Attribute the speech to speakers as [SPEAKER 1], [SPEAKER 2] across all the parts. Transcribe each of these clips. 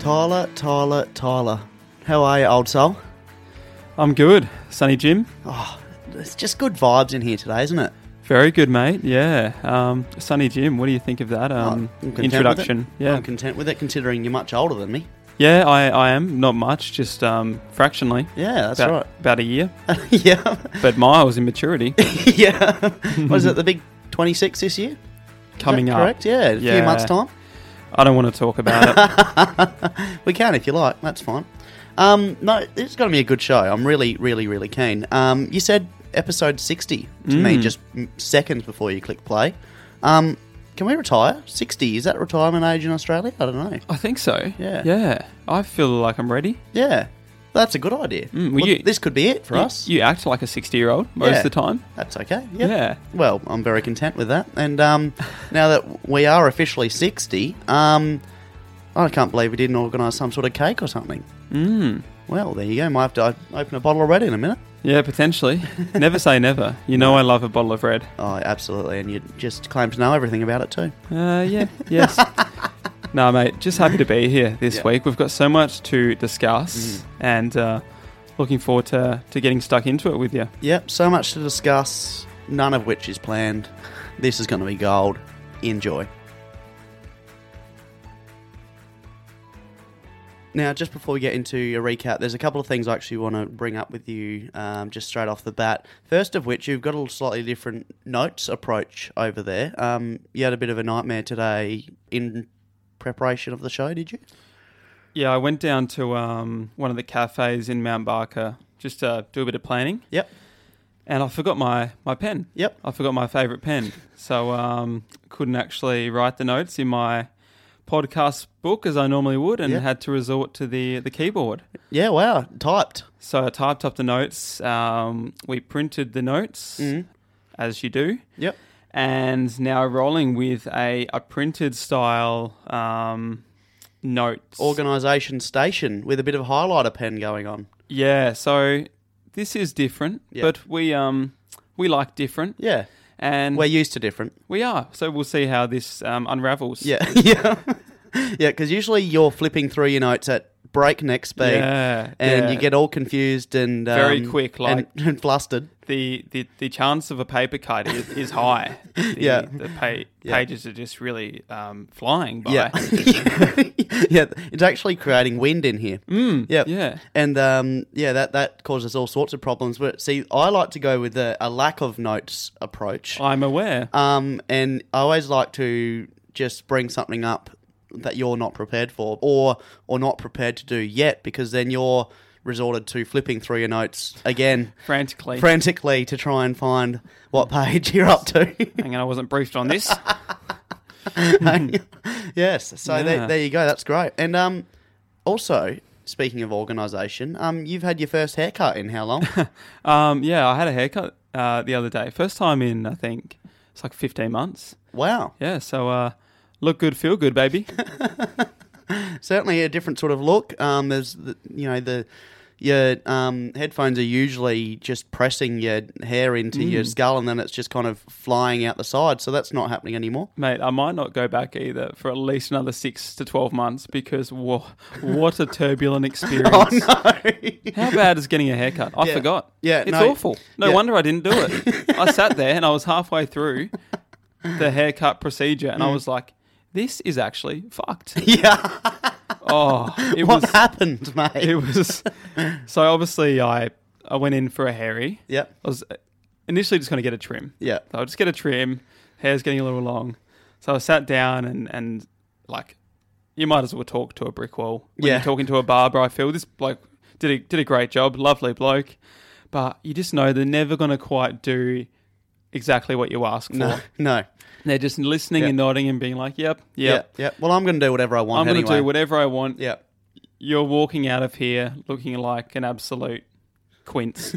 [SPEAKER 1] Tyler, Tyler, Tyler. How are you, old soul?
[SPEAKER 2] I'm good. Sunny Jim.
[SPEAKER 1] It's just good vibes in here today, isn't it?
[SPEAKER 2] Very good, mate. Yeah. Um, Sunny Jim, what do you think of that um,
[SPEAKER 1] Oh, I'm content with it.
[SPEAKER 2] introduction? Yeah.
[SPEAKER 1] I'm content with it, considering you're much older than me.
[SPEAKER 2] yeah, I, I am. Not much, just um, fractionally.
[SPEAKER 1] Yeah, that's
[SPEAKER 2] about, about a year.
[SPEAKER 1] right. yeah,
[SPEAKER 2] But miles in maturity
[SPEAKER 1] yeah. What is it? The big 26 this year? Is
[SPEAKER 2] coming
[SPEAKER 1] that
[SPEAKER 2] up.
[SPEAKER 1] Correct. Yeah, a few
[SPEAKER 2] Yeah.
[SPEAKER 1] months time.
[SPEAKER 2] I don't want to talk about it.
[SPEAKER 1] We can if you like. That's fine. Um, no, it's going to be a good show. I'm really, really, really keen. Um, you said episode 60 to me just mm, seconds before you click play. Um, can we retire? 60 is that retirement age in Australia? I don't know.
[SPEAKER 2] I think so.
[SPEAKER 1] Yeah.
[SPEAKER 2] Yeah. I feel like I'm ready.
[SPEAKER 1] Yeah, that's a good idea.
[SPEAKER 2] Mm, well,
[SPEAKER 1] Look,
[SPEAKER 2] you-
[SPEAKER 1] this could be it for
[SPEAKER 2] You-
[SPEAKER 1] us.
[SPEAKER 2] You, act like a 60 year old most
[SPEAKER 1] Yeah.
[SPEAKER 2] of the time.
[SPEAKER 1] That's okay. Yeah.
[SPEAKER 2] Yeah.
[SPEAKER 1] Well, I'm very content with that. And um, now that we are officially 60, um, I can't believe we didn't organise some sort of cake or something.
[SPEAKER 2] Mm.
[SPEAKER 1] Well, there you go. Might have to o- open a bottle of red in a minute.
[SPEAKER 2] Yeah, potentially. never say never. You know, I love a bottle of red.
[SPEAKER 1] Oh, absolutely. And you just claim to know everything about it too.
[SPEAKER 2] Uh, yeah, yes. no, mate, just happy to be here this
[SPEAKER 1] Yeah.
[SPEAKER 2] week. We've got so much to discuss and uh, looking forward to, to getting stuck into it with you.
[SPEAKER 1] Yep, so much to discuss, none of which is planned. This is going to be gold. Enjoy. Now, just before we get into your recap, there's a couple of things I actually want to bring up with you um, just straight off the bat. First of which, you've got a slightly different notes approach over there. Um, you had a bit of a nightmare today in preparation of the show, did you?
[SPEAKER 2] Yeah, I went down to um, one of the cafes in Mount Barker just to do a bit of planning.
[SPEAKER 1] Yep.
[SPEAKER 2] And I forgot my, my pen.
[SPEAKER 1] Yep.
[SPEAKER 2] I forgot my favourite pen. So um, couldn't actually write the notes in my podcast book as I normally would and
[SPEAKER 1] Yeah.
[SPEAKER 2] had to resort to the, the keyboard.
[SPEAKER 1] Yeah, wow. Typed.
[SPEAKER 2] So I typed up the notes. Um, we printed the notes
[SPEAKER 1] Mm. Mm-hmm.
[SPEAKER 2] as you do,
[SPEAKER 1] Yep.
[SPEAKER 2] and now rolling with a, a printed style um, notes.
[SPEAKER 1] Organisation station with a bit of highlighter pen going on.
[SPEAKER 2] yeah. So this is different,
[SPEAKER 1] Yeah.
[SPEAKER 2] but we um we like different,
[SPEAKER 1] Yeah.
[SPEAKER 2] and
[SPEAKER 1] We're used to different.
[SPEAKER 2] we are. So we'll see how this um, unravels.
[SPEAKER 1] Yeah. yeah. yeah, because usually you're flipping through your notes at breakneck speed
[SPEAKER 2] Yeah,
[SPEAKER 1] and
[SPEAKER 2] yeah.
[SPEAKER 1] you get all confused and um,
[SPEAKER 2] Very quick, like-
[SPEAKER 1] and, and flustered.
[SPEAKER 2] the, the the chance of a paper cut is, is high. The,
[SPEAKER 1] Yeah.
[SPEAKER 2] the pa- pages are just really um, flying by.
[SPEAKER 1] Yeah. yeah. It's actually creating wind in here. Mm, yeah.
[SPEAKER 2] yeah.
[SPEAKER 1] And um, yeah, that, that causes all sorts of problems. But see, I like to go with a, a lack of notes approach.
[SPEAKER 2] I'm aware.
[SPEAKER 1] Um, and I always like to just bring something up that you're not prepared for, or or not prepared to do yet, because then you're resorted to flipping through your notes again
[SPEAKER 2] frantically.
[SPEAKER 1] frantically to try and find what page you're up to.
[SPEAKER 2] Hang on, I wasn't briefed on this.
[SPEAKER 1] yes, so
[SPEAKER 2] Yeah.
[SPEAKER 1] there, there you go. That's great. And um, also speaking of organisation, um, you've had your first haircut in how long?
[SPEAKER 2] um, yeah, I had a haircut uh, the other day. First time in, I think, it's like 15 months.
[SPEAKER 1] wow,
[SPEAKER 2] Yeah, so uh, look good, feel good, baby.
[SPEAKER 1] certainly a different sort of look. Um, there's the, you know the your um, headphones are usually just pressing your hair into
[SPEAKER 2] Mm.
[SPEAKER 1] your skull, and then it's just kind of flying out the side. So that's not happening anymore.
[SPEAKER 2] Mate, I might not go back either for at least another six to 12 months because wha what a
[SPEAKER 1] Oh,
[SPEAKER 2] turbulent experience. How bad is getting a haircut? I
[SPEAKER 1] Yeah.
[SPEAKER 2] forgot.
[SPEAKER 1] Yeah,
[SPEAKER 2] it's
[SPEAKER 1] no-
[SPEAKER 2] awful. No
[SPEAKER 1] yeah.
[SPEAKER 2] wonder I didn't do it. I sat there and I was halfway through the haircut procedure and
[SPEAKER 1] Mm.
[SPEAKER 2] I was like, this is actually fucked.
[SPEAKER 1] yeah,
[SPEAKER 2] Oh, it
[SPEAKER 1] what
[SPEAKER 2] was
[SPEAKER 1] happened, mate?
[SPEAKER 2] it was so obviously I I went in for a hairy.
[SPEAKER 1] yep,
[SPEAKER 2] I was initially just going to get a trim.
[SPEAKER 1] yep,
[SPEAKER 2] So I'll just get a trim. Hair's getting a little long, so I sat down and and like you might as well talk to a brick wall when
[SPEAKER 1] Yeah.
[SPEAKER 2] you're talking to a barber. I feel this bloke did a, did a great job, lovely bloke, but you just know they're never going to quite do exactly what you ask for.
[SPEAKER 1] no, no,
[SPEAKER 2] They're just listening
[SPEAKER 1] Yeah.
[SPEAKER 2] and nodding and being like, "Yep,
[SPEAKER 1] yeah,
[SPEAKER 2] yep."
[SPEAKER 1] yep. Well, I'm going to do whatever I want.
[SPEAKER 2] I'm
[SPEAKER 1] anyway.
[SPEAKER 2] going to do whatever I want
[SPEAKER 1] Yep.
[SPEAKER 2] you're walking out of here looking like an absolute quince.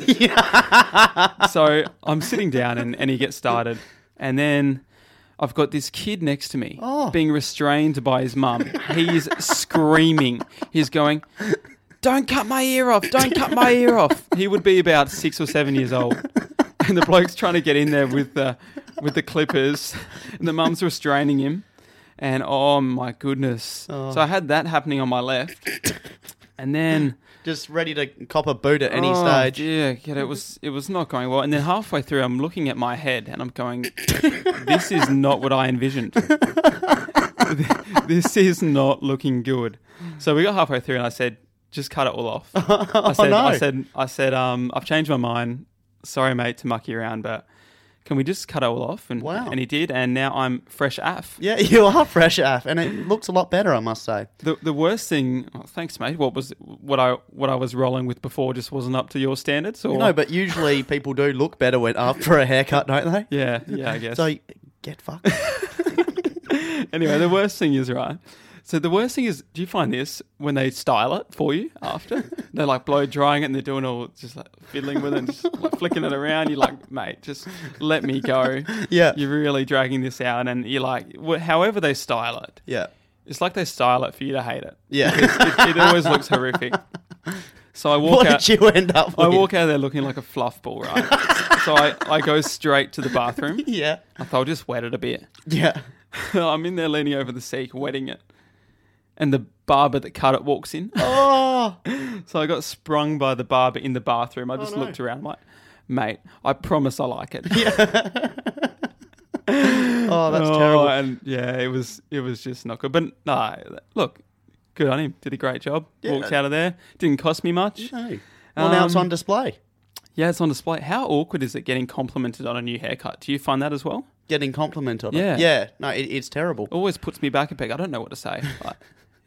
[SPEAKER 2] so I'm sitting down and, and he gets started. And then I've got this kid next to me being restrained by his mum. He's screaming. He's going, Don't cut my ear off. Don't cut my ear off. He would be about six or seven years old. And the bloke's trying to get in there with the, with the clippers. And the mum's restraining him. and oh my goodness.
[SPEAKER 1] Oh.
[SPEAKER 2] So I had that happening on my left, and then
[SPEAKER 1] Just ready to cop a boot at any
[SPEAKER 2] oh,
[SPEAKER 1] stage.
[SPEAKER 2] Yeah, yeah, it was it was not going well. And then halfway through, I'm looking at my head and I'm going, "This is not what I envisioned. this is not looking good." So we got halfway through, and I said, "Just cut it all off." I said,
[SPEAKER 1] Oh, no.
[SPEAKER 2] I said, I said, um, I've changed my mind. Sorry, mate, to muck you around, but can we just cut it all off? And
[SPEAKER 1] Wow.
[SPEAKER 2] and he did, and now I'm fresh af.
[SPEAKER 1] Yeah, you are fresh af, and it looks a lot better, I must say.
[SPEAKER 2] The the worst thing, oh, thanks, mate. What was what I what I was rolling with before just wasn't up to your standards, or
[SPEAKER 1] No, but usually people do look better when after a haircut, don't they?
[SPEAKER 2] Yeah, yeah, I guess.
[SPEAKER 1] So get fucked.
[SPEAKER 2] anyway, the worst thing is right. So the worst thing is, do you find this when they style it for you after they're like blow drying it and they're doing all just like fiddling with it, and just like flicking it around? You're like, mate, just let me go.
[SPEAKER 1] yeah,
[SPEAKER 2] You're really dragging this out, and you're like, wh- however they style it,
[SPEAKER 1] yeah,
[SPEAKER 2] it's like they style it for you to hate it.
[SPEAKER 1] yeah.
[SPEAKER 2] It, it always looks horrific. So I walk
[SPEAKER 1] What
[SPEAKER 2] out.
[SPEAKER 1] did you end up with?
[SPEAKER 2] I walk out of there looking like a fluff ball, right? so I, I go straight to the bathroom.
[SPEAKER 1] Yeah,
[SPEAKER 2] I thought I'll just wet it a bit.
[SPEAKER 1] yeah.
[SPEAKER 2] I'm in there leaning over the sink, wetting it. And the barber that cut it walks in.
[SPEAKER 1] Oh,
[SPEAKER 2] So I got sprung by the barber in the bathroom. I just
[SPEAKER 1] no.
[SPEAKER 2] looked around like, mate, I promise I like it.
[SPEAKER 1] oh, that's
[SPEAKER 2] Oh,
[SPEAKER 1] terrible.
[SPEAKER 2] And yeah, it was it was just not good. But nah, look, good on him. Did a great job.
[SPEAKER 1] Yeah.
[SPEAKER 2] Walked out of there. Didn't cost me much.
[SPEAKER 1] No. Well, now it's
[SPEAKER 2] Um,
[SPEAKER 1] on display.
[SPEAKER 2] Yeah, it's on display. How awkward is it getting complimented on a new haircut? Do you find that as well?
[SPEAKER 1] Getting complimented on
[SPEAKER 2] Yeah.
[SPEAKER 1] it. Yeah, no, it, it's terrible.
[SPEAKER 2] Always puts me back a peg. I don't know what to say. Like,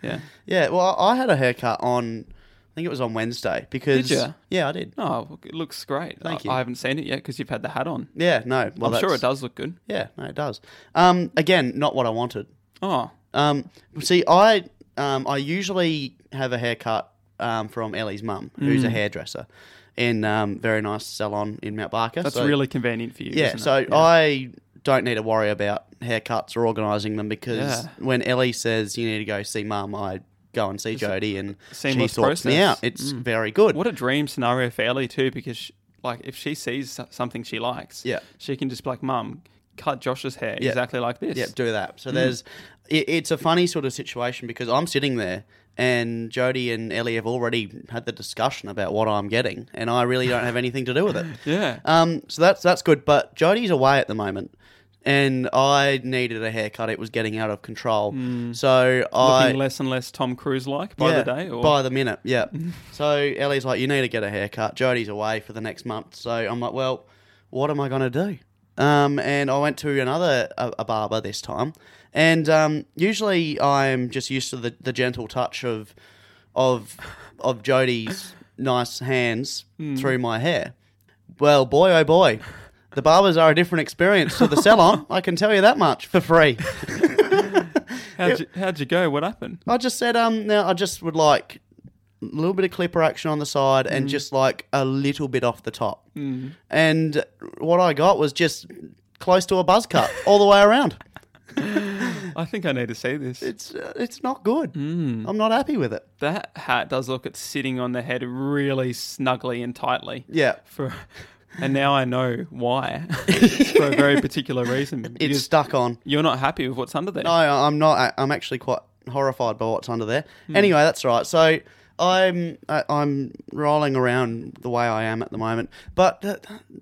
[SPEAKER 2] yeah.
[SPEAKER 1] Yeah, well, I I had a haircut on, I think it was on Wednesday because.
[SPEAKER 2] ya?
[SPEAKER 1] Yeah, I did.
[SPEAKER 2] Oh, it looks great.
[SPEAKER 1] Thank
[SPEAKER 2] I,
[SPEAKER 1] you.
[SPEAKER 2] I haven't seen it yet because you've had the hat on.
[SPEAKER 1] Yeah, no. Well,
[SPEAKER 2] I'm sure
[SPEAKER 1] that's-
[SPEAKER 2] it does look good.
[SPEAKER 1] Yeah, no, it does. Um, again, not what I wanted.
[SPEAKER 2] Oh,
[SPEAKER 1] Um, see, I um, I usually have a haircut um, from Ellie's mum, who's
[SPEAKER 2] Mm.
[SPEAKER 1] a hairdresser in um, very nice salon in Mount Barker.
[SPEAKER 2] that's
[SPEAKER 1] So-
[SPEAKER 2] really convenient for you.
[SPEAKER 1] yeah.
[SPEAKER 2] isn't
[SPEAKER 1] So
[SPEAKER 2] it?
[SPEAKER 1] I don't need to worry about haircuts or organising them because
[SPEAKER 2] Yeah.
[SPEAKER 1] when Ellie says you need to go see mum, I go and see Jody, and she
[SPEAKER 2] seamless
[SPEAKER 1] sorts me
[SPEAKER 2] process. Mm.
[SPEAKER 1] out. It's very good.
[SPEAKER 2] what a dream scenario for Ellie too, because she, like if she sees so- something she likes,
[SPEAKER 1] Yeah.
[SPEAKER 2] she can just be like, "Mum, cut Josh's hair
[SPEAKER 1] Yeah.
[SPEAKER 2] exactly like this."
[SPEAKER 1] Yeah, do that. So there's, it, it's a funny sort of situation because I'm sitting there and Jody and Ellie have already had the discussion about what I'm getting, and I really don't have anything to do with it.
[SPEAKER 2] Yeah.
[SPEAKER 1] Um, so that's that's good. But Jody's away at the moment, and I needed a haircut. It was getting out of control. So I
[SPEAKER 2] Looking less and less Tom Cruise like by
[SPEAKER 1] yeah,
[SPEAKER 2] the day, or
[SPEAKER 1] by the minute. Yeah. so Ellie's like, you need to get a haircut. Jody's away for the next month, so I'm like, well, what am I gonna do? Um, and I went to another a, a barber this time, and um, usually I'm just used to the, the gentle touch of of of Jody's nice hands
[SPEAKER 2] Hmm.
[SPEAKER 1] through my hair. Well, boy, oh boy. The barbers are a different experience to the salon. I can tell you that much for free.
[SPEAKER 2] how'd, you, how'd you go? What happened?
[SPEAKER 1] I just said, um, now I just would like a little bit of clipper action on the side and just like a little bit off the top. Mm. And what I got was just close to a buzz cut all the way around.
[SPEAKER 2] I think I need to see this.
[SPEAKER 1] It's uh, it's not good. Mm. I'm not happy with it.
[SPEAKER 2] That hat does look it's sitting on the head really snugly and tightly.
[SPEAKER 1] Yeah.
[SPEAKER 2] For and now I know why. It's for a very particular reason.
[SPEAKER 1] It's
[SPEAKER 2] Because
[SPEAKER 1] stuck on.
[SPEAKER 2] you're not happy with what's under there.
[SPEAKER 1] No, I'm not. I- I'm actually quite horrified by what's under there. Anyway, that's all right. So I'm I, I'm rolling around the way I am at the moment. But uh,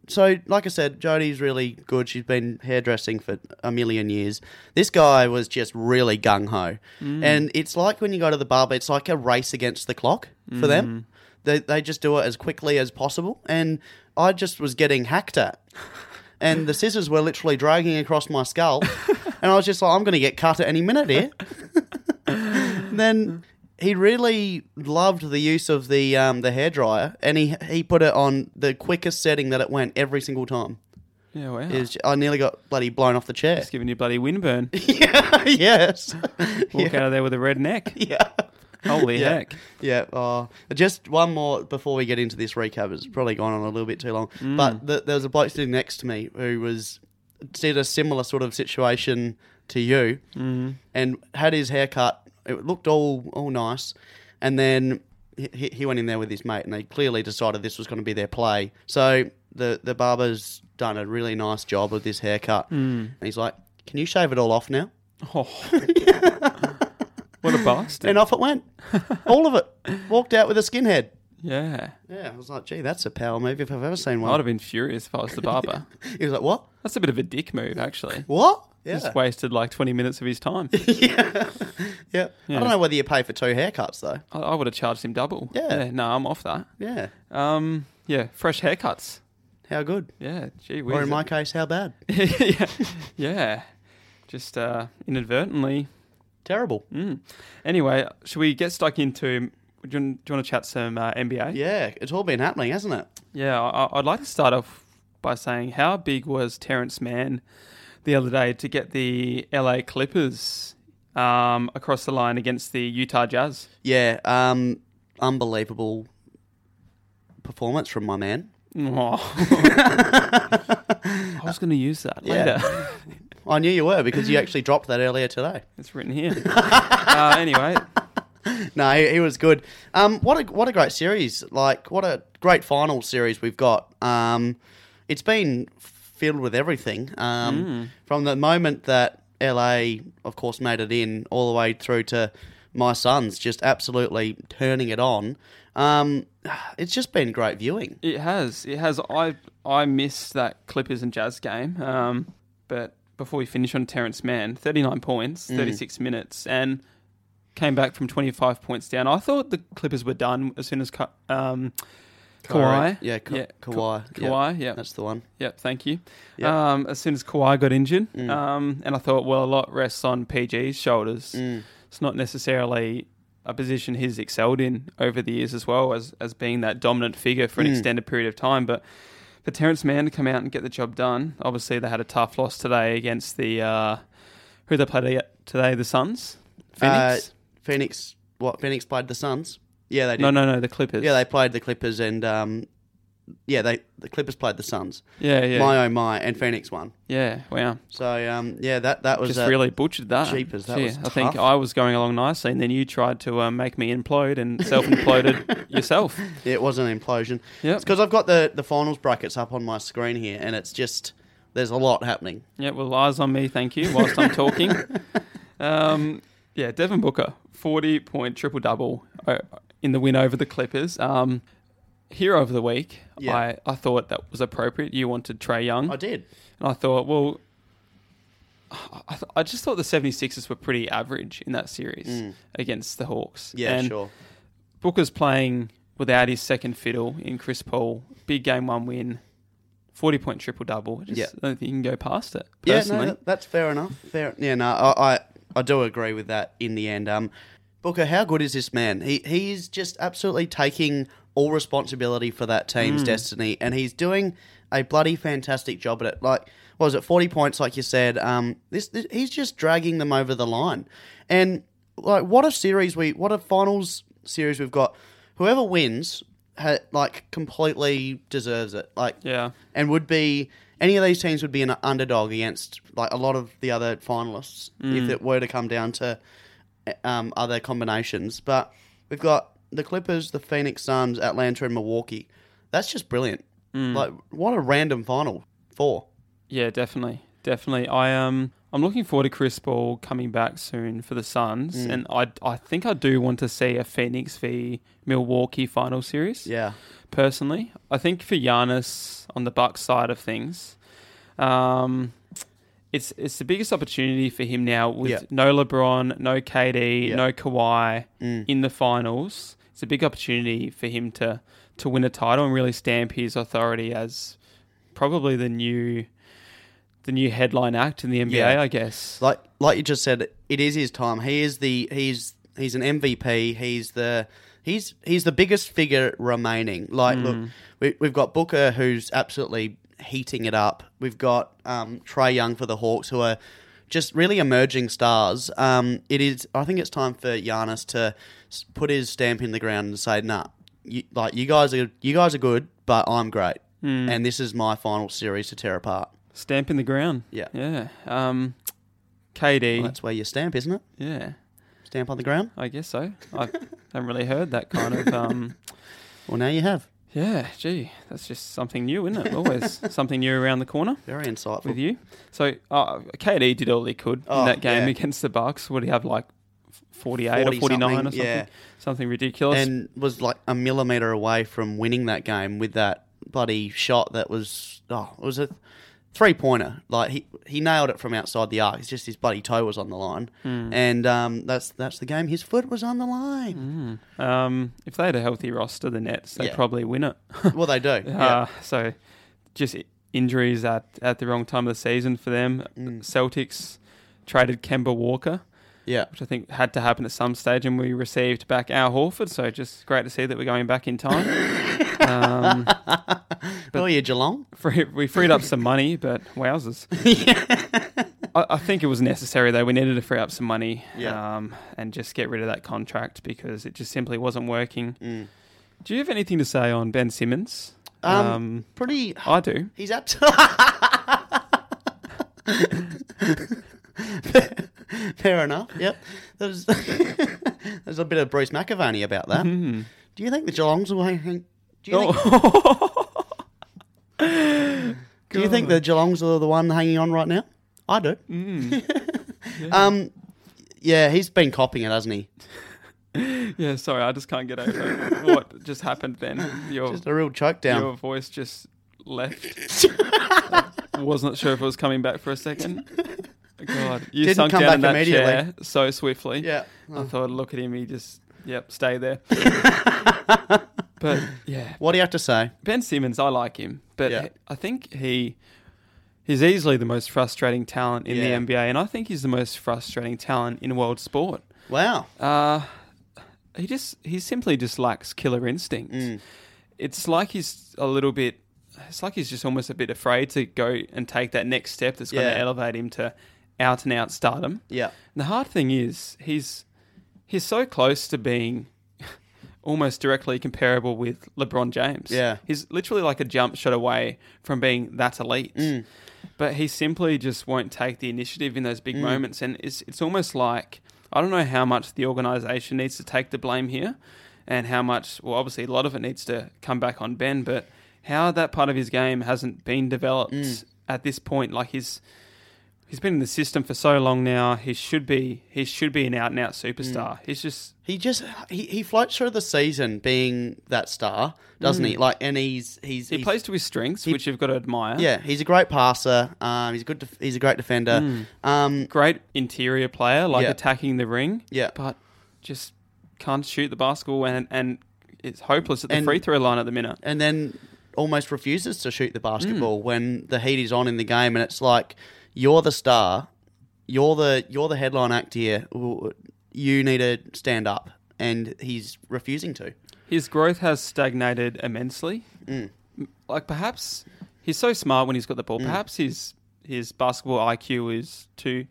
[SPEAKER 1] so, like I said, Jodie's really good. She's been hairdressing for a million years. This guy was just really gung ho, and it's like when you go to the barber, it's like a race against the clock for them. They they just do it as quickly as possible, and I just was getting hacked at and the scissors were literally dragging across my skull. and I was just like, I'm going to get cut at any minute here. And then he really loved the use of the um, the hairdryer, and he he put it on the quickest setting that it went every single time.
[SPEAKER 2] Yeah, wow.
[SPEAKER 1] It was I nearly got bloody blown off the chair.
[SPEAKER 2] It's giving you bloody windburn.
[SPEAKER 1] yeah, yes.
[SPEAKER 2] Walk out of there with a red neck.
[SPEAKER 1] Yeah.
[SPEAKER 2] Holy
[SPEAKER 1] Yeah.
[SPEAKER 2] heck.
[SPEAKER 1] Yeah. Oh, just one more before we get into this recap. It's probably gone on a little bit too long. But th there was a bloke sitting next to me who was did a similar sort of situation to you, and had his haircut. It looked all all nice, and then he- he, he went in there with his mate, and they clearly decided this was going to be their play. So the the barber's done a really nice job of this haircut, and he's like, "Can you shave it all off now?"
[SPEAKER 2] Oh. what a bastard.
[SPEAKER 1] And off it went. All of it. Walked out with a skinhead.
[SPEAKER 2] yeah.
[SPEAKER 1] Yeah, I was like, gee, that's a power move if I've ever seen
[SPEAKER 2] I'd
[SPEAKER 1] one.
[SPEAKER 2] have been furious if I was the barber.
[SPEAKER 1] He was like, what?
[SPEAKER 2] That's a bit of a dick move, actually.
[SPEAKER 1] What? Yeah.
[SPEAKER 2] Just wasted like 20 minutes of his time.
[SPEAKER 1] yeah. yeah. I
[SPEAKER 2] Yeah.
[SPEAKER 1] don't know whether you pay for two haircuts, though.
[SPEAKER 2] I, I would have charged him double.
[SPEAKER 1] Yeah.
[SPEAKER 2] no, I'm off that.
[SPEAKER 1] Yeah.
[SPEAKER 2] Um, yeah, fresh haircuts.
[SPEAKER 1] How good?
[SPEAKER 2] Yeah, gee whiz.
[SPEAKER 1] Or in my case, how bad?
[SPEAKER 2] yeah, yeah, just uh, inadvertently.
[SPEAKER 1] Terrible.
[SPEAKER 2] Mm. Anyway, should we get stuck into? Do you, do you want to chat some uh, NBA?
[SPEAKER 1] Yeah, it's all been happening, hasn't it?
[SPEAKER 2] Yeah, I, I'd like to start off by saying how big was Terrence Mann the other day to get the LA Clippers um, across the line against the Utah Jazz?
[SPEAKER 1] Yeah, um, unbelievable performance from my man.
[SPEAKER 2] Oh. I was going to use that
[SPEAKER 1] Yeah.
[SPEAKER 2] later.
[SPEAKER 1] I knew you were because you actually dropped that earlier today.
[SPEAKER 2] It's written here. uh, anyway,
[SPEAKER 1] No, he, he was good. Um, what a what a great series! Like what a great final series we've got. Um, it's been filled with everything um,
[SPEAKER 2] Mm.
[SPEAKER 1] from the moment that LA, of course, made it in, all the way through to my sons just absolutely turning it on. Um, it's just been great viewing.
[SPEAKER 2] it has. It has. I I missed that Clippers and Jazz game. Um, but before we finish on Terrence Mann, 39 points, 36 minutes, and came back from 25 points down. I thought the Clippers were done as soon as Ka- um, Kawhi.
[SPEAKER 1] yeah, Ka-
[SPEAKER 2] Ka-
[SPEAKER 1] Kawhi, yeah.
[SPEAKER 2] Kawai, yeah.
[SPEAKER 1] that's the one.
[SPEAKER 2] Yep, thank you.
[SPEAKER 1] Yep.
[SPEAKER 2] Um, as soon as Kawhi got injured, um, and I thought, well, a lot rests on PG's shoulders.
[SPEAKER 1] Mm.
[SPEAKER 2] It's not necessarily a position he's excelled in over the years as well as, as being that dominant figure for an
[SPEAKER 1] Hmm.
[SPEAKER 2] extended period of time. But for Terrence Mann to come out and get the job done, obviously they had a tough loss today against the uh, who they played today, the Suns, Phoenix.
[SPEAKER 1] Uh, Phoenix, what? Phoenix played the Suns. Yeah, they did.
[SPEAKER 2] no, no, no, the Clippers.
[SPEAKER 1] Yeah, they played the Clippers and um, yeah, they the Clippers played the Suns.
[SPEAKER 2] yeah, yeah,
[SPEAKER 1] My oh my, and Phoenix won.
[SPEAKER 2] yeah. Wow.
[SPEAKER 1] So um, yeah, that that was
[SPEAKER 2] just
[SPEAKER 1] uh,
[SPEAKER 2] really butchered that.
[SPEAKER 1] Jeepers, that
[SPEAKER 2] Gee,
[SPEAKER 1] was
[SPEAKER 2] I think
[SPEAKER 1] tough.
[SPEAKER 2] I was going along nicely, and then you tried to um, make me implode and self imploded yourself.
[SPEAKER 1] It was an implosion.
[SPEAKER 2] Yep.
[SPEAKER 1] It's because I've got the the finals brackets up on my screen here, and it's just there's a lot happening.
[SPEAKER 2] Yeah, well, eyes on me, thank you, whilst I'm talking. um, yeah, Devin Booker, 40 point triple double uh, in the win over the Clippers. Um, hero of the week,
[SPEAKER 1] Yeah.
[SPEAKER 2] I, I thought that was appropriate. You wanted Trey Young.
[SPEAKER 1] I did.
[SPEAKER 2] And I thought, well, I- I, th- I just thought the 76ers were pretty average in that series against the Hawks.
[SPEAKER 1] Mm. Yeah,
[SPEAKER 2] And
[SPEAKER 1] sure.
[SPEAKER 2] Booker's playing without his second fiddle in Chris Paul. Big game one win, 40 point triple double. Just
[SPEAKER 1] Yeah.
[SPEAKER 2] I don't think you can go past it.
[SPEAKER 1] Yeah,
[SPEAKER 2] Personally.
[SPEAKER 1] no, that, that's fair enough. Fair. Yeah, no, I, I I do agree with that. In the end, um, Booker, how good is this man? He he is just absolutely taking all responsibility for that team's destiny, and he's doing a bloody fantastic job at it. Like, what was it forty points? Like you said, um, this, this he's just dragging them over the line, and like what a series we, what a finals series we've got. Whoever wins, ha, like completely deserves it. Like,
[SPEAKER 2] Yeah.
[SPEAKER 1] and would be any of these teams would be an underdog against like a lot of the other finalists if it were to come down to um, other combinations. But we've got the Clippers, the Phoenix Suns, Atlanta, and Milwaukee. That's just brilliant. Like what a random final four.
[SPEAKER 2] Yeah, definitely, definitely. I um, I'm looking forward to Chris Paul coming back soon for the Suns, and I I think I do want to see a Phoenix v Milwaukee final series.
[SPEAKER 1] Yeah,
[SPEAKER 2] Personally, I think for Giannis on the Bucks side of things, um, it's it's the biggest opportunity for him now with
[SPEAKER 1] Yeah.
[SPEAKER 2] no LeBron, no KD,
[SPEAKER 1] Yeah.
[SPEAKER 2] no Kawhi
[SPEAKER 1] Mm.
[SPEAKER 2] in the finals. It's a big opportunity for him to to win a title and really stamp his authority as probably the new the new headline act in the NBA,
[SPEAKER 1] Yeah.
[SPEAKER 2] I guess.
[SPEAKER 1] like like you just said, it is his time. He is the he's he's an MVP. He's the he's he's the biggest figure remaining. Like, look, we, we've got Booker who's absolutely heating it up. We've got um, Trey Young for the Hawks who are just really emerging stars. Um, it is I think it's time for Giannis to s- put his stamp in the ground and say, nah, you, like you guys are you guys are good, but I'm great,
[SPEAKER 2] Mm.
[SPEAKER 1] and this is my final series to tear apart.
[SPEAKER 2] Stamp in Hmm. the ground.
[SPEAKER 1] Yeah.
[SPEAKER 2] Yeah. Um KD.
[SPEAKER 1] Well, that's where you stamp, isn't it?
[SPEAKER 2] yeah.
[SPEAKER 1] Stamp on the ground.
[SPEAKER 2] I guess so. I haven't really heard that kind of um
[SPEAKER 1] Well, now you have.
[SPEAKER 2] Yeah, gee, that's just something new, isn't it? Always something new around the corner
[SPEAKER 1] Very insightful.
[SPEAKER 2] with you. So uh, KD did all he could
[SPEAKER 1] Oh,
[SPEAKER 2] in that game
[SPEAKER 1] yeah.
[SPEAKER 2] against the Bucks. Would he have like forty-eight
[SPEAKER 1] 40
[SPEAKER 2] or forty-nine or
[SPEAKER 1] something,
[SPEAKER 2] something?
[SPEAKER 1] yeah.
[SPEAKER 2] Something ridiculous.
[SPEAKER 1] and was like a millimeter away from winning that game with that bloody shot that was oh it was a three pointer like he he nailed it from outside the arc it's just his bloody toe was on the line
[SPEAKER 2] Mm. Hmm.
[SPEAKER 1] and um that's that's the game his foot was on the line
[SPEAKER 2] um, if they had a healthy roster, the Nets they would
[SPEAKER 1] Yeah.
[SPEAKER 2] probably win it.
[SPEAKER 1] well they do yeah.
[SPEAKER 2] Uh, so just i- injuries at, at the wrong time of the season for them.
[SPEAKER 1] Mm.
[SPEAKER 2] Celtics traded Kemba Walker,
[SPEAKER 1] yeah
[SPEAKER 2] which I think had to happen at some stage, and we received back Al Horford. So just great to see that we're going back in time. um,
[SPEAKER 1] oh yeah Geelong
[SPEAKER 2] free, we freed up some money, but wowzers. I, I think it was necessary though. We needed to free up some money
[SPEAKER 1] Yeah.
[SPEAKER 2] um, and just get rid of that contract because it just simply wasn't working.
[SPEAKER 1] Mm.
[SPEAKER 2] Do you have anything to say on Ben Simmons?
[SPEAKER 1] Um, pretty
[SPEAKER 2] I do.
[SPEAKER 1] he's at fair enough yep there's there's a bit of Bruce McAvaney about that
[SPEAKER 2] Hmm.
[SPEAKER 1] do you think the Geelong's away do um,
[SPEAKER 2] Oh.
[SPEAKER 1] you think Do you think the Geelongs are the one hanging on right now? I do.
[SPEAKER 2] Hmm.
[SPEAKER 1] um, yeah, he's been copying it, hasn't he?
[SPEAKER 2] Yeah, sorry, I just can't get over what just happened then. Your
[SPEAKER 1] Just Oh. a real choke
[SPEAKER 2] your
[SPEAKER 1] down.
[SPEAKER 2] voice just left. I wasn't sure if it was coming back for a second. God, you
[SPEAKER 1] Didn't
[SPEAKER 2] sunk
[SPEAKER 1] come
[SPEAKER 2] down in
[SPEAKER 1] back
[SPEAKER 2] that
[SPEAKER 1] immediately.
[SPEAKER 2] chair so swiftly.
[SPEAKER 1] Yeah. Oh.
[SPEAKER 2] I thought, look at him, he just yep, stay there. but yeah,
[SPEAKER 1] What do you have to say?
[SPEAKER 2] Ben Simmons, I like him, but
[SPEAKER 1] Yeah.
[SPEAKER 2] I think he he's easily the most frustrating talent in
[SPEAKER 1] Yeah.
[SPEAKER 2] the NBA, and I think he's the most frustrating talent in world sport.
[SPEAKER 1] Wow.
[SPEAKER 2] Uh, he just he simply just lacks killer instincts.
[SPEAKER 1] Mm.
[SPEAKER 2] It's like he's a little bit. It's like he's just almost a bit afraid to go and take that next step that's going
[SPEAKER 1] Yeah.
[SPEAKER 2] to elevate him to out and out stardom.
[SPEAKER 1] Yeah.
[SPEAKER 2] And the hard thing is he's he's so close to being almost directly comparable with LeBron James.
[SPEAKER 1] Yeah.
[SPEAKER 2] He's literally like a jump shot away from being that elite. But he simply just won't take the initiative in those big moments and it's it's almost like I don't know how much the organization needs to take the blame here and how much well obviously a lot of it needs to come back on Ben, but how that part of his game hasn't been developed at this point like his He's been in the system for so long now. He should be he should be an out and out
[SPEAKER 1] Mm.
[SPEAKER 2] superstar. He's just
[SPEAKER 1] He just he, he floats through the season being that star, doesn't he? Like, and he's he's
[SPEAKER 2] he
[SPEAKER 1] he's-
[SPEAKER 2] plays to his strengths, which you've got to admire.
[SPEAKER 1] Yeah, he's a great passer. Um, he's a good. Def- he's a great defender. Um,
[SPEAKER 2] Great interior player, like
[SPEAKER 1] Yeah.
[SPEAKER 2] attacking the ring.
[SPEAKER 1] Yeah.
[SPEAKER 2] But just can't shoot the basketball and and it's hopeless at the
[SPEAKER 1] And-
[SPEAKER 2] free throw line at the minute.
[SPEAKER 1] and then almost refuses to shoot the basketball
[SPEAKER 2] Mm.
[SPEAKER 1] when the heat is on in the game and it's like you're the star you're the you're the headline act here W- you need to stand up and he's refusing to
[SPEAKER 2] His growth has stagnated immensely.
[SPEAKER 1] Mm.
[SPEAKER 2] M- Like perhaps he's so smart when he's got the ball. Perhaps his his basketball IQ is too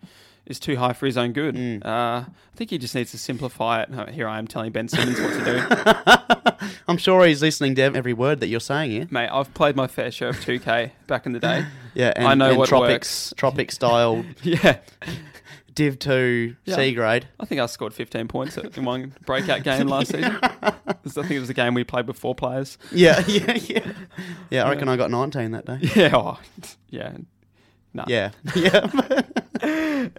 [SPEAKER 2] is too high for his own good.
[SPEAKER 1] Mm.
[SPEAKER 2] Uh, I think he just needs to simplify it. No, Here I am telling Ben Simmons what to do.
[SPEAKER 1] i'm sure he's listening to every word that you're saying here
[SPEAKER 2] Mate, I've played my fair share of 2K back in the day.
[SPEAKER 1] yeah and,
[SPEAKER 2] I know
[SPEAKER 1] and
[SPEAKER 2] what
[SPEAKER 1] tropics tropic style
[SPEAKER 2] Yeah.
[SPEAKER 1] div 2 c
[SPEAKER 2] Yeah.
[SPEAKER 1] grade
[SPEAKER 2] I think I scored 15 points in one breakout game last season. I think it was a game we played with four players.
[SPEAKER 1] yeah yeah yeah yeah i reckon i got 19 that day
[SPEAKER 2] Yeah. Oh, yeah. Nah.
[SPEAKER 1] yeah yeah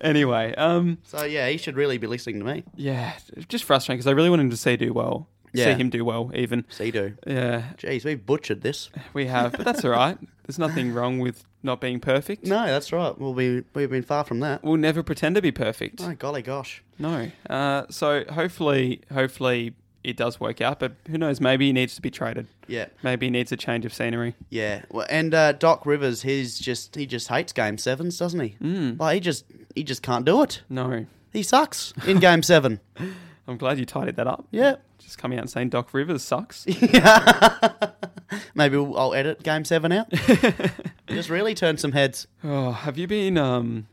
[SPEAKER 2] Anyway, um,
[SPEAKER 1] so yeah he should really be listening to me
[SPEAKER 2] yeah, just frustrating because I really wanted him to see do well.
[SPEAKER 1] Yeah.
[SPEAKER 2] See him do well, even.
[SPEAKER 1] so you do
[SPEAKER 2] Yeah,
[SPEAKER 1] jeez we've butchered this
[SPEAKER 2] we have. But that's all right. There's nothing wrong with not being perfect.
[SPEAKER 1] No, that's right. We'll be we've been far from that.
[SPEAKER 2] We'll never pretend to be perfect.
[SPEAKER 1] Oh golly gosh.
[SPEAKER 2] No. Uh, so hopefully, hopefully it does work out. But who knows? Maybe he needs to be traded.
[SPEAKER 1] Yeah,
[SPEAKER 2] Maybe he needs a change of scenery.
[SPEAKER 1] yeah. Well, and uh, Doc Rivers, he's just he just hates game sevens, doesn't he? Mm. Like he just he just can't do it.
[SPEAKER 2] No.
[SPEAKER 1] He sucks in game seven.
[SPEAKER 2] I'm glad you tidied that up.
[SPEAKER 1] Yeah.
[SPEAKER 2] Just coming out and saying Doc Rivers sucks.
[SPEAKER 1] Maybe we'll, I'll edit game seven out. just really turn some heads.
[SPEAKER 2] oh, have you been um,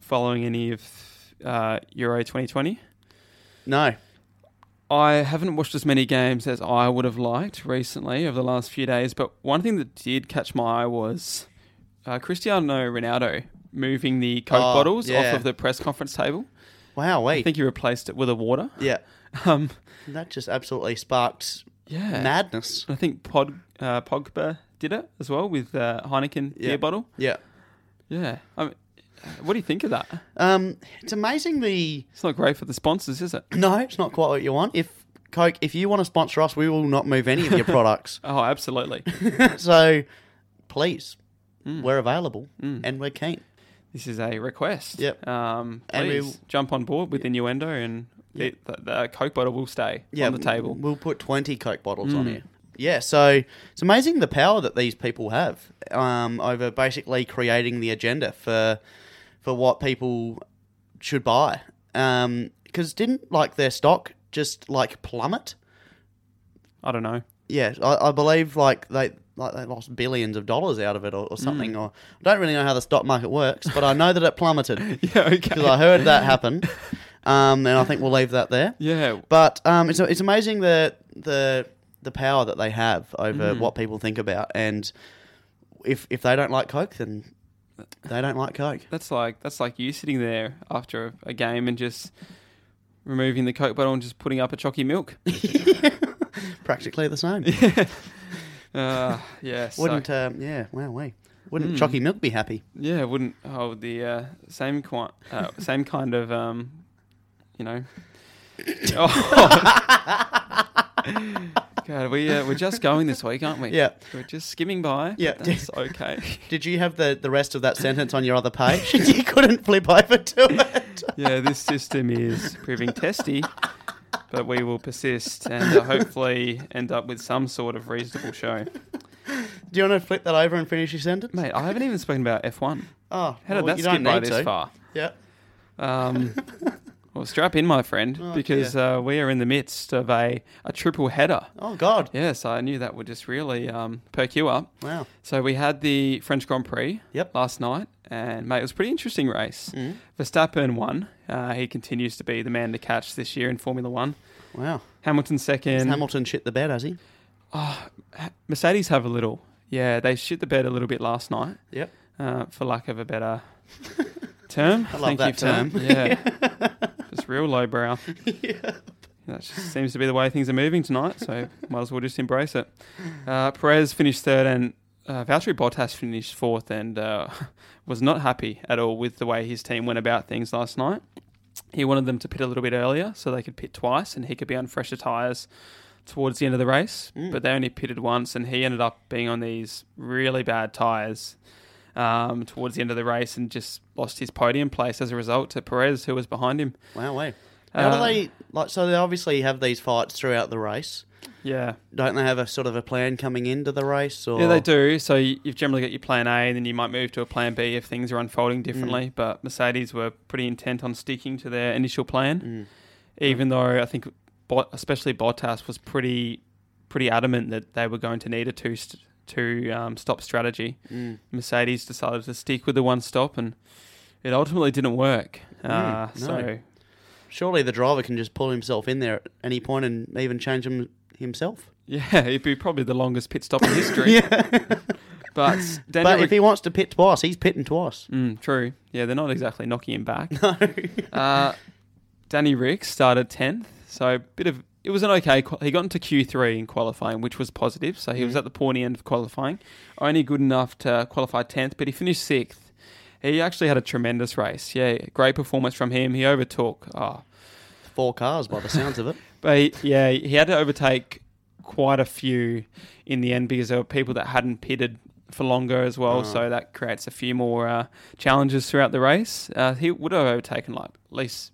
[SPEAKER 2] following any of uh, Euro 2020?
[SPEAKER 1] No.
[SPEAKER 2] I haven't watched as many games as I would have liked recently over the last few days, but one thing that did catch my eye was uh, Cristiano Ronaldo moving the Coke
[SPEAKER 1] Oh,
[SPEAKER 2] bottles
[SPEAKER 1] yeah.
[SPEAKER 2] off of the press conference table.
[SPEAKER 1] Wow.
[SPEAKER 2] I
[SPEAKER 1] Wait.
[SPEAKER 2] think he replaced it with a water.
[SPEAKER 1] yeah.
[SPEAKER 2] Um,
[SPEAKER 1] That just absolutely sparked
[SPEAKER 2] Yeah.
[SPEAKER 1] Madness.
[SPEAKER 2] I think Pod, uh, Pogba did it as well with uh, Heineken
[SPEAKER 1] Yeah.
[SPEAKER 2] beer bottle.
[SPEAKER 1] Yeah.
[SPEAKER 2] Yeah. I mean, what do you think of that?
[SPEAKER 1] Um, it's amazing the.
[SPEAKER 2] It's not great for the sponsors, is it?
[SPEAKER 1] No, it's not quite what you want. If Coke, if you want to sponsor us, we will not move any of your products.
[SPEAKER 2] Oh, absolutely.
[SPEAKER 1] so please,
[SPEAKER 2] Hmm.
[SPEAKER 1] we're available and we're keen.
[SPEAKER 2] Mm. this is a request.
[SPEAKER 1] Yep.
[SPEAKER 2] Um,
[SPEAKER 1] And
[SPEAKER 2] please
[SPEAKER 1] we-
[SPEAKER 2] jump on board with innuendo, and the, the, the Coke bottle will stay on the table.
[SPEAKER 1] Um,
[SPEAKER 2] Hmm.
[SPEAKER 1] We'll put 20 Coke bottles on here. Yeah, so it's amazing the power that these people have um, over basically creating the agenda for for what people should buy. Because didn't like their stock just like plummet?
[SPEAKER 2] I don't know.
[SPEAKER 1] Yeah, I, I believe like they like they lost billions of dollars out of it
[SPEAKER 2] Hmm.
[SPEAKER 1] or, or something. Or I don't really know how the stock market works, but I know that it plummeted
[SPEAKER 2] Yeah.
[SPEAKER 1] because
[SPEAKER 2] Okay.
[SPEAKER 1] I heard that happen. Um, and I think we'll leave that there.
[SPEAKER 2] Yeah.
[SPEAKER 1] But um, it's it's amazing the the the power that they have over
[SPEAKER 2] Mm.
[SPEAKER 1] what people think about, and if if they don't like Coke, then they don't like Coke.
[SPEAKER 2] That's like that's like you sitting there after a, a game and just removing the Coke bottle and just putting up a chalky milk.
[SPEAKER 1] Practically the same.
[SPEAKER 2] Uh, yeah. so-
[SPEAKER 1] Wouldn't um, yeah? Wow, we wouldn't
[SPEAKER 2] Hmm.
[SPEAKER 1] Chocky Milk be happy?
[SPEAKER 2] Yeah, wouldn't oh the uh, same qui- uh, same kind of um, you know. Oh. God, we uh, we're just going this week, aren't we?
[SPEAKER 1] Yeah.
[SPEAKER 2] we're just skimming by. but
[SPEAKER 1] Yeah.
[SPEAKER 2] that's okay.
[SPEAKER 1] Did you have the the rest of that sentence on your other page? you couldn't flip over to it.
[SPEAKER 2] yeah, this system is proving testy, but we will persist and uh, hopefully end up with some sort of reasonable show.
[SPEAKER 1] Do you want to flip that over and finish your sentence?
[SPEAKER 2] Mate, I haven't even spoken about F one.
[SPEAKER 1] Oh,
[SPEAKER 2] How did
[SPEAKER 1] well,
[SPEAKER 2] that
[SPEAKER 1] you
[SPEAKER 2] skip
[SPEAKER 1] don't
[SPEAKER 2] by
[SPEAKER 1] need
[SPEAKER 2] this
[SPEAKER 1] to.
[SPEAKER 2] far?
[SPEAKER 1] Yeah.
[SPEAKER 2] Um, well, strap in, my friend,
[SPEAKER 1] Oh,
[SPEAKER 2] because uh, we are in the midst of a, a triple header.
[SPEAKER 1] Oh God.
[SPEAKER 2] Yes, I knew that would just really um, perk you up.
[SPEAKER 1] Wow.
[SPEAKER 2] So we had the French Grand Prix
[SPEAKER 1] Yep. Mm.
[SPEAKER 2] last night, and mate, it was a pretty interesting race. Verstappen won. Uh, he continues to be the man to catch this year in Formula One.
[SPEAKER 1] Wow.
[SPEAKER 2] Hamilton second.
[SPEAKER 1] Hamilton shit the bed, has he?
[SPEAKER 2] Mercedes have a little. Yeah, they shit the bed a little bit last night.
[SPEAKER 1] Yep.
[SPEAKER 2] uh, for lack of a better term.
[SPEAKER 1] I love that term.
[SPEAKER 2] for Yeah, just real lowbrow. That just seems to be the way things are moving tonight, so might as well just embrace it. Uh, Perez finished third, and uh, Valtteri Bottas finished fourth, and uh, was not happy at all with the way his team went about things last night. He wanted them to pit a little bit earlier so they could pit twice, and he could be on fresher tyres towards the end of the race.
[SPEAKER 1] Mm.
[SPEAKER 2] But they only pitted once, and he ended up being on these really bad tyres um, towards the end of the race and just lost his podium place as a result to Perez, who was behind him.
[SPEAKER 1] Wow, wait. How
[SPEAKER 2] Uh,
[SPEAKER 1] do they like? So they obviously have these fights throughout the race.
[SPEAKER 2] Yeah,
[SPEAKER 1] Don't they have a sort of a plan coming into the race? Or
[SPEAKER 2] yeah, they do. So you- you've generally got your plan A, and then you might move to a plan B if things are
[SPEAKER 1] Mm.
[SPEAKER 2] unfolding differently. But Mercedes were pretty intent on sticking to their initial
[SPEAKER 1] Mm.
[SPEAKER 2] plan, even though I think, Bot- especially Bottas, was pretty pretty adamant that they were going to need a two st- two um, stop strategy.
[SPEAKER 1] Mm.
[SPEAKER 2] Mercedes decided to stick with the one stop, and it ultimately didn't work. Uh,
[SPEAKER 1] Mm, no.
[SPEAKER 2] So
[SPEAKER 1] Surely the driver can just pull himself in there at any point and even change him himself.
[SPEAKER 2] Yeah, it'd be probably the longest pit stop in history. But Daniel
[SPEAKER 1] But if he wants to pit twice, he's pitting twice.
[SPEAKER 2] Mm, true. Yeah, they're not exactly knocking him back. uh, Danny Rick started 10th, so a bit of it was an okay. qual- He got into Q3 in qualifying, which was positive. So he was at the pointy end of qualifying, only good enough to qualify 10th, but he finished 6th. He actually had a tremendous race. Yeah, great performance from him. He overtook. Oh,
[SPEAKER 1] Four cars by the sounds of it.
[SPEAKER 2] but he- yeah, he had to overtake quite a few in the end because there were people that hadn't pitted for longer as well. So that creates a few more uh, challenges throughout the race. Uh, he would have overtaken like at least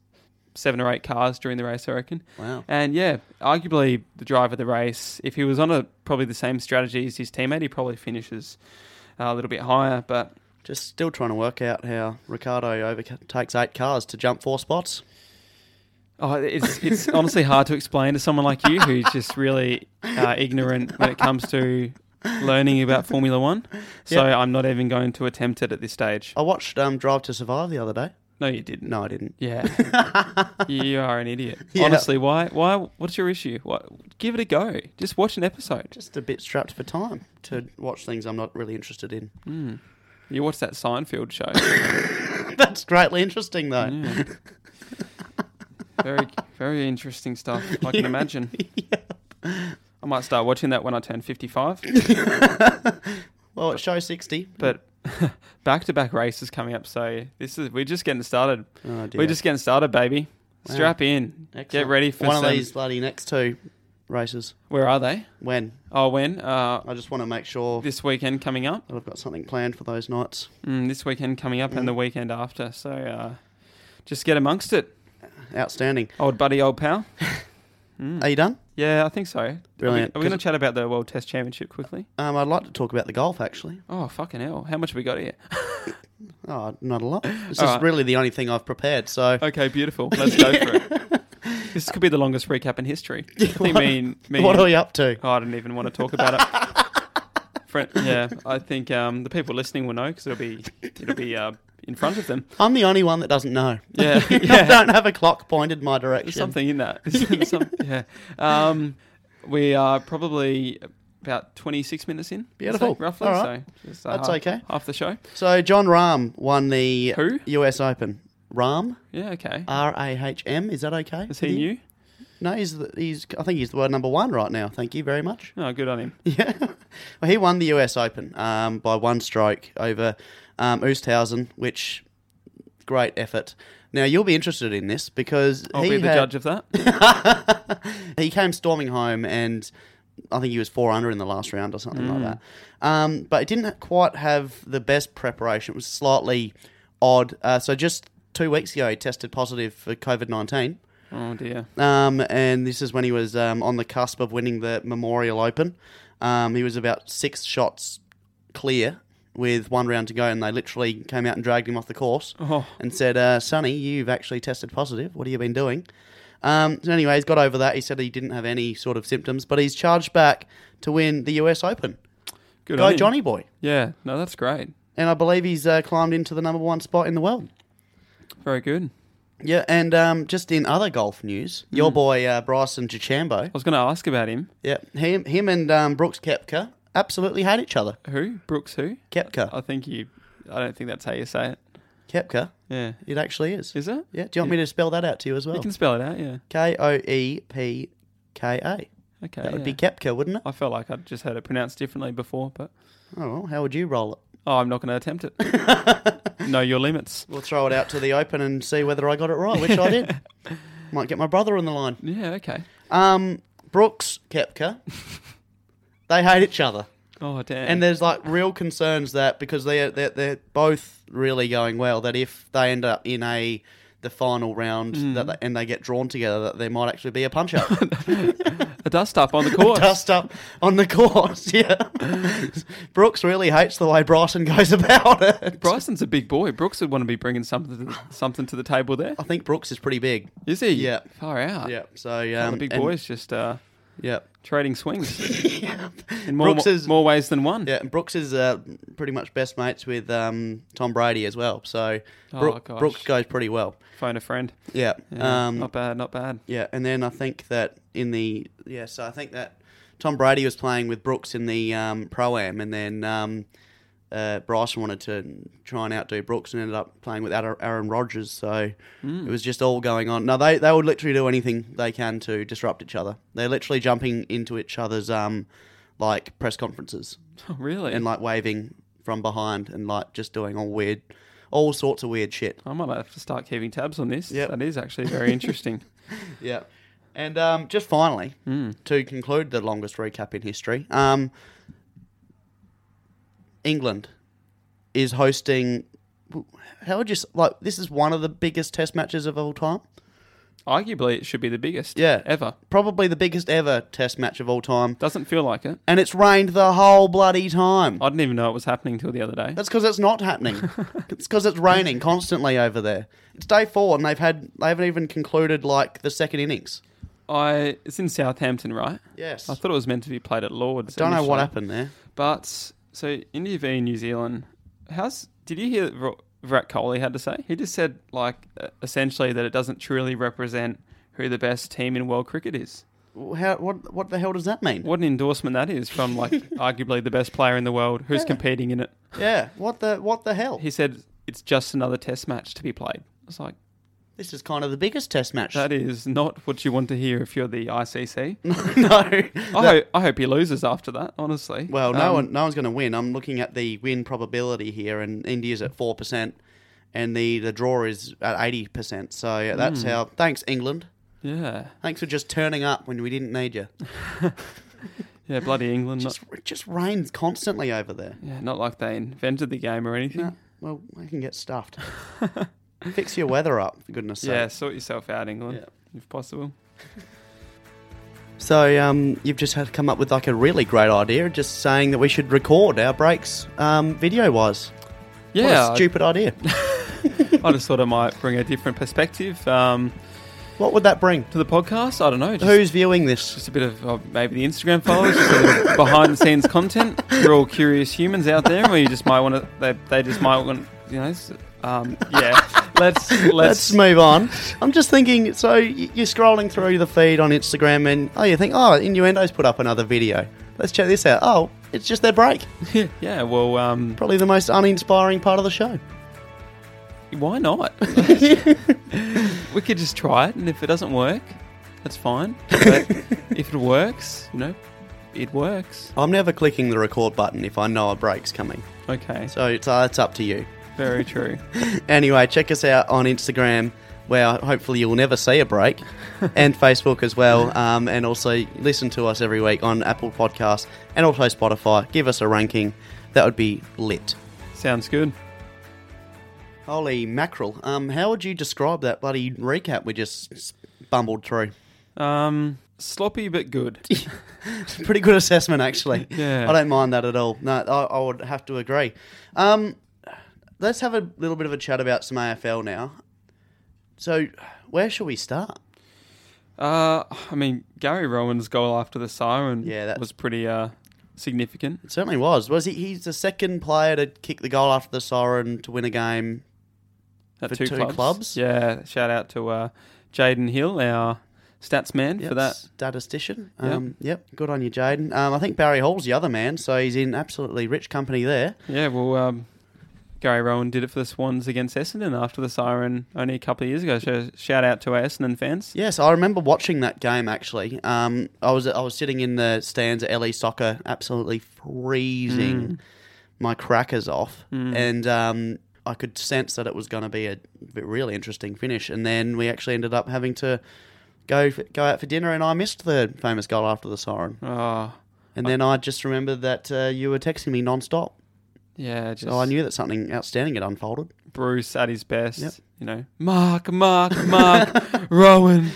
[SPEAKER 2] seven or eight cars during the race, I reckon.
[SPEAKER 1] Wow.
[SPEAKER 2] And yeah, arguably the driver of the race, if he was on a probably the same strategy as his teammate, he probably finishes uh, a little bit higher. But
[SPEAKER 1] Just still trying to work out how Ricardo overtakes eight cars to jump four spots.
[SPEAKER 2] Oh, it's it's honestly hard to explain to someone like you who's just really uh, ignorant when it comes to learning about Formula One. So I'm not even going to attempt it at this stage.
[SPEAKER 1] I watched um, Drive to Survive the other day.
[SPEAKER 2] No, you didn't.
[SPEAKER 1] No, I didn't.
[SPEAKER 2] Yeah, you are an idiot.
[SPEAKER 1] Yeah.
[SPEAKER 2] Honestly, why? Why? What's your issue? What? Give it a go. Just watch an episode.
[SPEAKER 1] Just a bit strapped for time to watch things I'm not really interested in.
[SPEAKER 2] Hmm. You watch that Seinfeld show.
[SPEAKER 1] That's greatly interesting, though.
[SPEAKER 2] Yeah. Very, very interesting stuff. I can imagine. I might start watching that when I turn 55.
[SPEAKER 1] Well, it's show 60.
[SPEAKER 2] But back to back races coming up. So this is we're just getting started.
[SPEAKER 1] Oh, dear.
[SPEAKER 2] We're just getting started, baby. Strap in. Get
[SPEAKER 1] Excellent.
[SPEAKER 2] ready for
[SPEAKER 1] one
[SPEAKER 2] some-
[SPEAKER 1] of these bloody next two races.
[SPEAKER 2] Where are they?
[SPEAKER 1] When?
[SPEAKER 2] Oh, when? Uh,
[SPEAKER 1] I just want to make sure
[SPEAKER 2] this weekend coming up.
[SPEAKER 1] that I've got something planned for those nights.
[SPEAKER 2] Mm, this weekend coming up
[SPEAKER 1] Mm.
[SPEAKER 2] and the weekend after. So uh, just get amongst it,
[SPEAKER 1] Outstanding.
[SPEAKER 2] old buddy, old pal. Mm.
[SPEAKER 1] Are you done?
[SPEAKER 2] Yeah, I think so. Are we-
[SPEAKER 1] Brilliant.
[SPEAKER 2] Are we, going to chat about the World Test Championship quickly?
[SPEAKER 1] Um, I'd like to talk about the golf, actually.
[SPEAKER 2] Oh, fucking hell. How much have we got here?
[SPEAKER 1] Oh, not a lot. This
[SPEAKER 2] All
[SPEAKER 1] is
[SPEAKER 2] right. Oh,
[SPEAKER 1] really the only thing I've prepared, so
[SPEAKER 2] Okay, beautiful. Let's go for it. This could be the longest recap in history. I think me, and- me
[SPEAKER 1] what
[SPEAKER 2] and-
[SPEAKER 1] are you up to?
[SPEAKER 2] Oh, I don't even want to talk about it. Friend, yeah, I think um, the people listening will know because it'll be it'll be uh, in front of them.
[SPEAKER 1] I'm the only one that doesn't know.
[SPEAKER 2] Yeah,
[SPEAKER 1] I
[SPEAKER 2] yeah.
[SPEAKER 1] don't have a clock pointed my direction.
[SPEAKER 2] There's something in that. There's some- yeah, um, we are probably about 26 minutes in. I'd
[SPEAKER 1] Beautiful.
[SPEAKER 2] say, roughly.
[SPEAKER 1] All right.
[SPEAKER 2] So just, uh,
[SPEAKER 1] That's
[SPEAKER 2] half,
[SPEAKER 1] okay.
[SPEAKER 2] Half the show.
[SPEAKER 1] So John Rahm won the
[SPEAKER 2] Who?
[SPEAKER 1] US Open. Rahm,
[SPEAKER 2] Yeah. Okay.
[SPEAKER 1] R A H M. Is that okay?
[SPEAKER 2] Is he new?
[SPEAKER 1] No, he's the, he's. I think he's the world number one right now. Thank you very much.
[SPEAKER 2] Oh, good on him.
[SPEAKER 1] Yeah, well, he won the US Open um, by one stroke over um, Oosthausen, which great effort. Now you'll be interested in this because
[SPEAKER 2] I'll
[SPEAKER 1] he
[SPEAKER 2] be the
[SPEAKER 1] had-
[SPEAKER 2] judge of that.
[SPEAKER 1] he came storming home and I think he was four under in the last round or something like that. Um, but it didn't quite have the best preparation. It was slightly odd. Uh, so just two weeks ago, he tested positive for COVID 19.
[SPEAKER 2] Oh dear.
[SPEAKER 1] Um, and this is when he was um, on the cusp of winning the Memorial Open. Um, he was about six shots clear with one round to go, and they literally came out and dragged him off the course
[SPEAKER 2] Oh.
[SPEAKER 1] and said, uh, Sonny, you've actually tested positive. What have you been doing? Um, so, anyway, he's got over that. He said he didn't have any sort of symptoms, but he's charged back to win the US Open.
[SPEAKER 2] Good on
[SPEAKER 1] Go,
[SPEAKER 2] him.
[SPEAKER 1] Johnny Boy.
[SPEAKER 2] Yeah. No, that's great.
[SPEAKER 1] And I believe he's uh, climbed into the number one spot in the world.
[SPEAKER 2] Very good.
[SPEAKER 1] Yeah, and um, just in other golf news, your
[SPEAKER 2] Hmm.
[SPEAKER 1] boy uh, Bryson DeChambeau.
[SPEAKER 2] I was going to ask about him.
[SPEAKER 1] Yeah, him, him and um, Brooks Kepka absolutely hate each other.
[SPEAKER 2] Who? Brooks? Who?
[SPEAKER 1] Kepka,
[SPEAKER 2] I think you. I don't think that's how you say it.
[SPEAKER 1] Kepka,
[SPEAKER 2] Yeah.
[SPEAKER 1] it actually is.
[SPEAKER 2] Is it?
[SPEAKER 1] Yeah, do you want me to spell that out to you as
[SPEAKER 2] You
[SPEAKER 1] well?
[SPEAKER 2] can spell it out. Yeah.
[SPEAKER 1] K O E P K A.
[SPEAKER 2] Okay.
[SPEAKER 1] That would
[SPEAKER 2] yeah.
[SPEAKER 1] be Kepka, wouldn't it?
[SPEAKER 2] I felt like I'd just heard it pronounced differently before, but
[SPEAKER 1] Oh, well, how would you roll it?
[SPEAKER 2] oh, I'm not going to attempt it. know your limits.
[SPEAKER 1] We'll throw it out to the open and see whether I got it right, which I did. Might get my brother on the line.
[SPEAKER 2] Yeah. Okay.
[SPEAKER 1] Um, Brooks Kepka, they hate each other.
[SPEAKER 2] Oh damn.
[SPEAKER 1] And there's like real concerns that because they're, they're they're both really going well, that if they end up in a the final round
[SPEAKER 2] Hmm.
[SPEAKER 1] that they, and they get drawn together, that there might actually be a punch up,
[SPEAKER 2] a dust up on the court.
[SPEAKER 1] dust up on the course. Yeah, Brooks really hates the way Bryson goes about it.
[SPEAKER 2] Bryson's a big boy. Brooks would want to be bringing something to the, something to the table there.
[SPEAKER 1] I think Brooks is pretty big.
[SPEAKER 2] Is he?
[SPEAKER 1] Oh, Yeah.
[SPEAKER 2] Far out.
[SPEAKER 1] Yeah, so
[SPEAKER 2] Oh,
[SPEAKER 1] um,
[SPEAKER 2] the big
[SPEAKER 1] and-
[SPEAKER 2] boys just uh,
[SPEAKER 1] Yeah,
[SPEAKER 2] trading swings
[SPEAKER 1] yeah.
[SPEAKER 2] in more,
[SPEAKER 1] Brooks
[SPEAKER 2] more,
[SPEAKER 1] is-
[SPEAKER 2] ways than one.
[SPEAKER 1] Yeah, and Brooks is uh, pretty much best mates with um, Tom Brady as well. So
[SPEAKER 2] Oh,
[SPEAKER 1] Brook-
[SPEAKER 2] gosh.
[SPEAKER 1] Brooks goes pretty well.
[SPEAKER 2] Phone a friend.
[SPEAKER 1] Yeah.
[SPEAKER 2] Yeah, Oh.
[SPEAKER 1] um,
[SPEAKER 2] not bad. Not bad.
[SPEAKER 1] Yeah, and then I think that in the yeah, so I think that Tom Brady was playing with Brooks in the um, pro am, and then um, uh, Bryson wanted to try and outdo Brooks, and ended up playing with Ar- Aaron Rodgers. So
[SPEAKER 2] Hmm.
[SPEAKER 1] it was just all going on. No, they they would literally do anything they can to disrupt each other. They're literally jumping into each other's um, like press conferences
[SPEAKER 2] Oh, really?
[SPEAKER 1] and like waving from behind and like just doing all weird, all sorts of weird shit.
[SPEAKER 2] I might have to start keeping tabs on this.
[SPEAKER 1] Yep.
[SPEAKER 2] That is actually very interesting.
[SPEAKER 1] Yeah. And um, just finally, to conclude the longest recap in history, um, England is hosting. How would you s- like? This is one of the biggest Test matches of all time.
[SPEAKER 2] Arguably, it should be the biggest
[SPEAKER 1] Yeah.
[SPEAKER 2] ever.
[SPEAKER 1] Probably the biggest ever Test match of all time,
[SPEAKER 2] Doesn't feel like it.
[SPEAKER 1] and it's rained the whole bloody time.
[SPEAKER 2] I didn't even know it was happening till the other day.
[SPEAKER 1] That's because it's not happening. it's because it's raining constantly over there. It's day four, and they've had they haven't even concluded like the second innings.
[SPEAKER 2] I it's in Southampton, right?
[SPEAKER 1] Yes,
[SPEAKER 2] I thought it was meant to be played at Lords.
[SPEAKER 1] don't know what
[SPEAKER 2] initially.
[SPEAKER 1] happened there.
[SPEAKER 2] But so India v New Zealand. How's did you hear what Virat Kohli had to say? He just said like uh, essentially that it doesn't truly represent who the best team in world cricket is.
[SPEAKER 1] How what what the hell does that mean?
[SPEAKER 2] What an endorsement that is from like arguably the best player in the world who's
[SPEAKER 1] Yeah.
[SPEAKER 2] competing in it.
[SPEAKER 1] Yeah. What the what the hell?
[SPEAKER 2] He said it's just another test match to be played. It's like
[SPEAKER 1] This is kind of the biggest test match.
[SPEAKER 2] That is not what you want to hear if you're the ICC.
[SPEAKER 1] no.
[SPEAKER 2] I, hope, I hope he loses after that, honestly.
[SPEAKER 1] Well, no
[SPEAKER 2] Um,
[SPEAKER 1] one, no one's going to win. I'm looking at the win probability here, and India's at four percent, and the the draw is at eighty percent. So that's
[SPEAKER 2] Hmm.
[SPEAKER 1] how. Thanks, England.
[SPEAKER 2] Yeah.
[SPEAKER 1] Thanks for just turning up when we didn't need you.
[SPEAKER 2] Yeah, bloody England.
[SPEAKER 1] Just, it just rains constantly over there.
[SPEAKER 2] not, yeah, not like they invented the game or anything.
[SPEAKER 1] No, well, I can get stuffed. Fix your weather up, for goodness' sake.
[SPEAKER 2] yeah, sort yourself out, England, if possible.
[SPEAKER 1] So um, you've just had to come up with like a really great idea, just saying that we should record our breaks um, video-wise.
[SPEAKER 2] Yeah,
[SPEAKER 1] what
[SPEAKER 2] I-
[SPEAKER 1] a stupid idea.
[SPEAKER 2] I just thought I might bring a different perspective um,
[SPEAKER 1] what would that bring?
[SPEAKER 2] to the podcast. I don't know. Just,
[SPEAKER 1] Who's viewing this?
[SPEAKER 2] just a bit of uh, maybe the Instagram followers, just a bit of behind the scenes content. You're all curious humans out there, where you just might want to. They, they just might want, you know. s- Um, yeah, let's
[SPEAKER 1] Let's
[SPEAKER 2] let's.
[SPEAKER 1] move on. I'm just thinking. So y- you're scrolling through the feed on Instagram, and oh, you think, oh, Innuendo's put up another video. Let's check this out. Oh, it's just their break.
[SPEAKER 2] yeah, well, um,
[SPEAKER 1] Probably the most uninspiring part of the show.
[SPEAKER 2] why not? we could just try it, and if it doesn't work, that's fine. But if it works, you know, it works.
[SPEAKER 1] I'm never clicking the record button if I know a break's coming.
[SPEAKER 2] Okay,
[SPEAKER 1] So it's, uh, it's up to you.
[SPEAKER 2] very true.
[SPEAKER 1] Anyway, check us out on Instagram, where hopefully you'll never see a break, and Facebook as well. Um, and also listen to us every week on Apple Podcasts and also Spotify. Give us a ranking. That would be lit.
[SPEAKER 2] Sounds good.
[SPEAKER 1] Holy mackerel. Um, how would you describe that bloody recap we just s- bumbled through?
[SPEAKER 2] Um, sloppy but good.
[SPEAKER 1] It's a pretty good assessment, actually.
[SPEAKER 2] Yeah.
[SPEAKER 1] I don't mind that at all. No, I, I would have to agree. Um, let's have a little bit of a chat about some AFL now. So, where shall we start?
[SPEAKER 2] Uh, I mean, Gary Rowan's goal after the siren
[SPEAKER 1] Yeah, that-
[SPEAKER 2] was pretty uh, significant.
[SPEAKER 1] It certainly was. Was he? He's the second player to kick the goal after the siren to win a game.
[SPEAKER 2] At
[SPEAKER 1] For two clubs?
[SPEAKER 2] Yeah, shout out to uh, Jaden Hill, our stats man,
[SPEAKER 1] Yep,
[SPEAKER 2] for that.
[SPEAKER 1] statistician.
[SPEAKER 2] Yep.
[SPEAKER 1] Um, yep. Good on you, Jaden. Um, I think Barry Hall's the other man, so he's in absolutely rich company there.
[SPEAKER 2] Yeah, well, um, Gary Rowan did it for the Swans against Essendon after the siren only a couple of years ago. So shout out to our Essendon fans.
[SPEAKER 1] Yes, I remember watching that game actually. Um, I was I was sitting in the stands at LE Soccer, absolutely freezing my crackers off, and um, I could sense that it was going to be a really interesting finish. And then we actually ended up having to go f- go out for dinner, and I missed the famous goal after the siren.
[SPEAKER 2] Oh,
[SPEAKER 1] And then I just remembered that uh, you were texting me non-stop,
[SPEAKER 2] yeah, just
[SPEAKER 1] so I knew that something outstanding had unfolded.
[SPEAKER 2] Bruce at his best.
[SPEAKER 1] Yep.
[SPEAKER 2] You know, Mark, Mark, Mark, Rowan.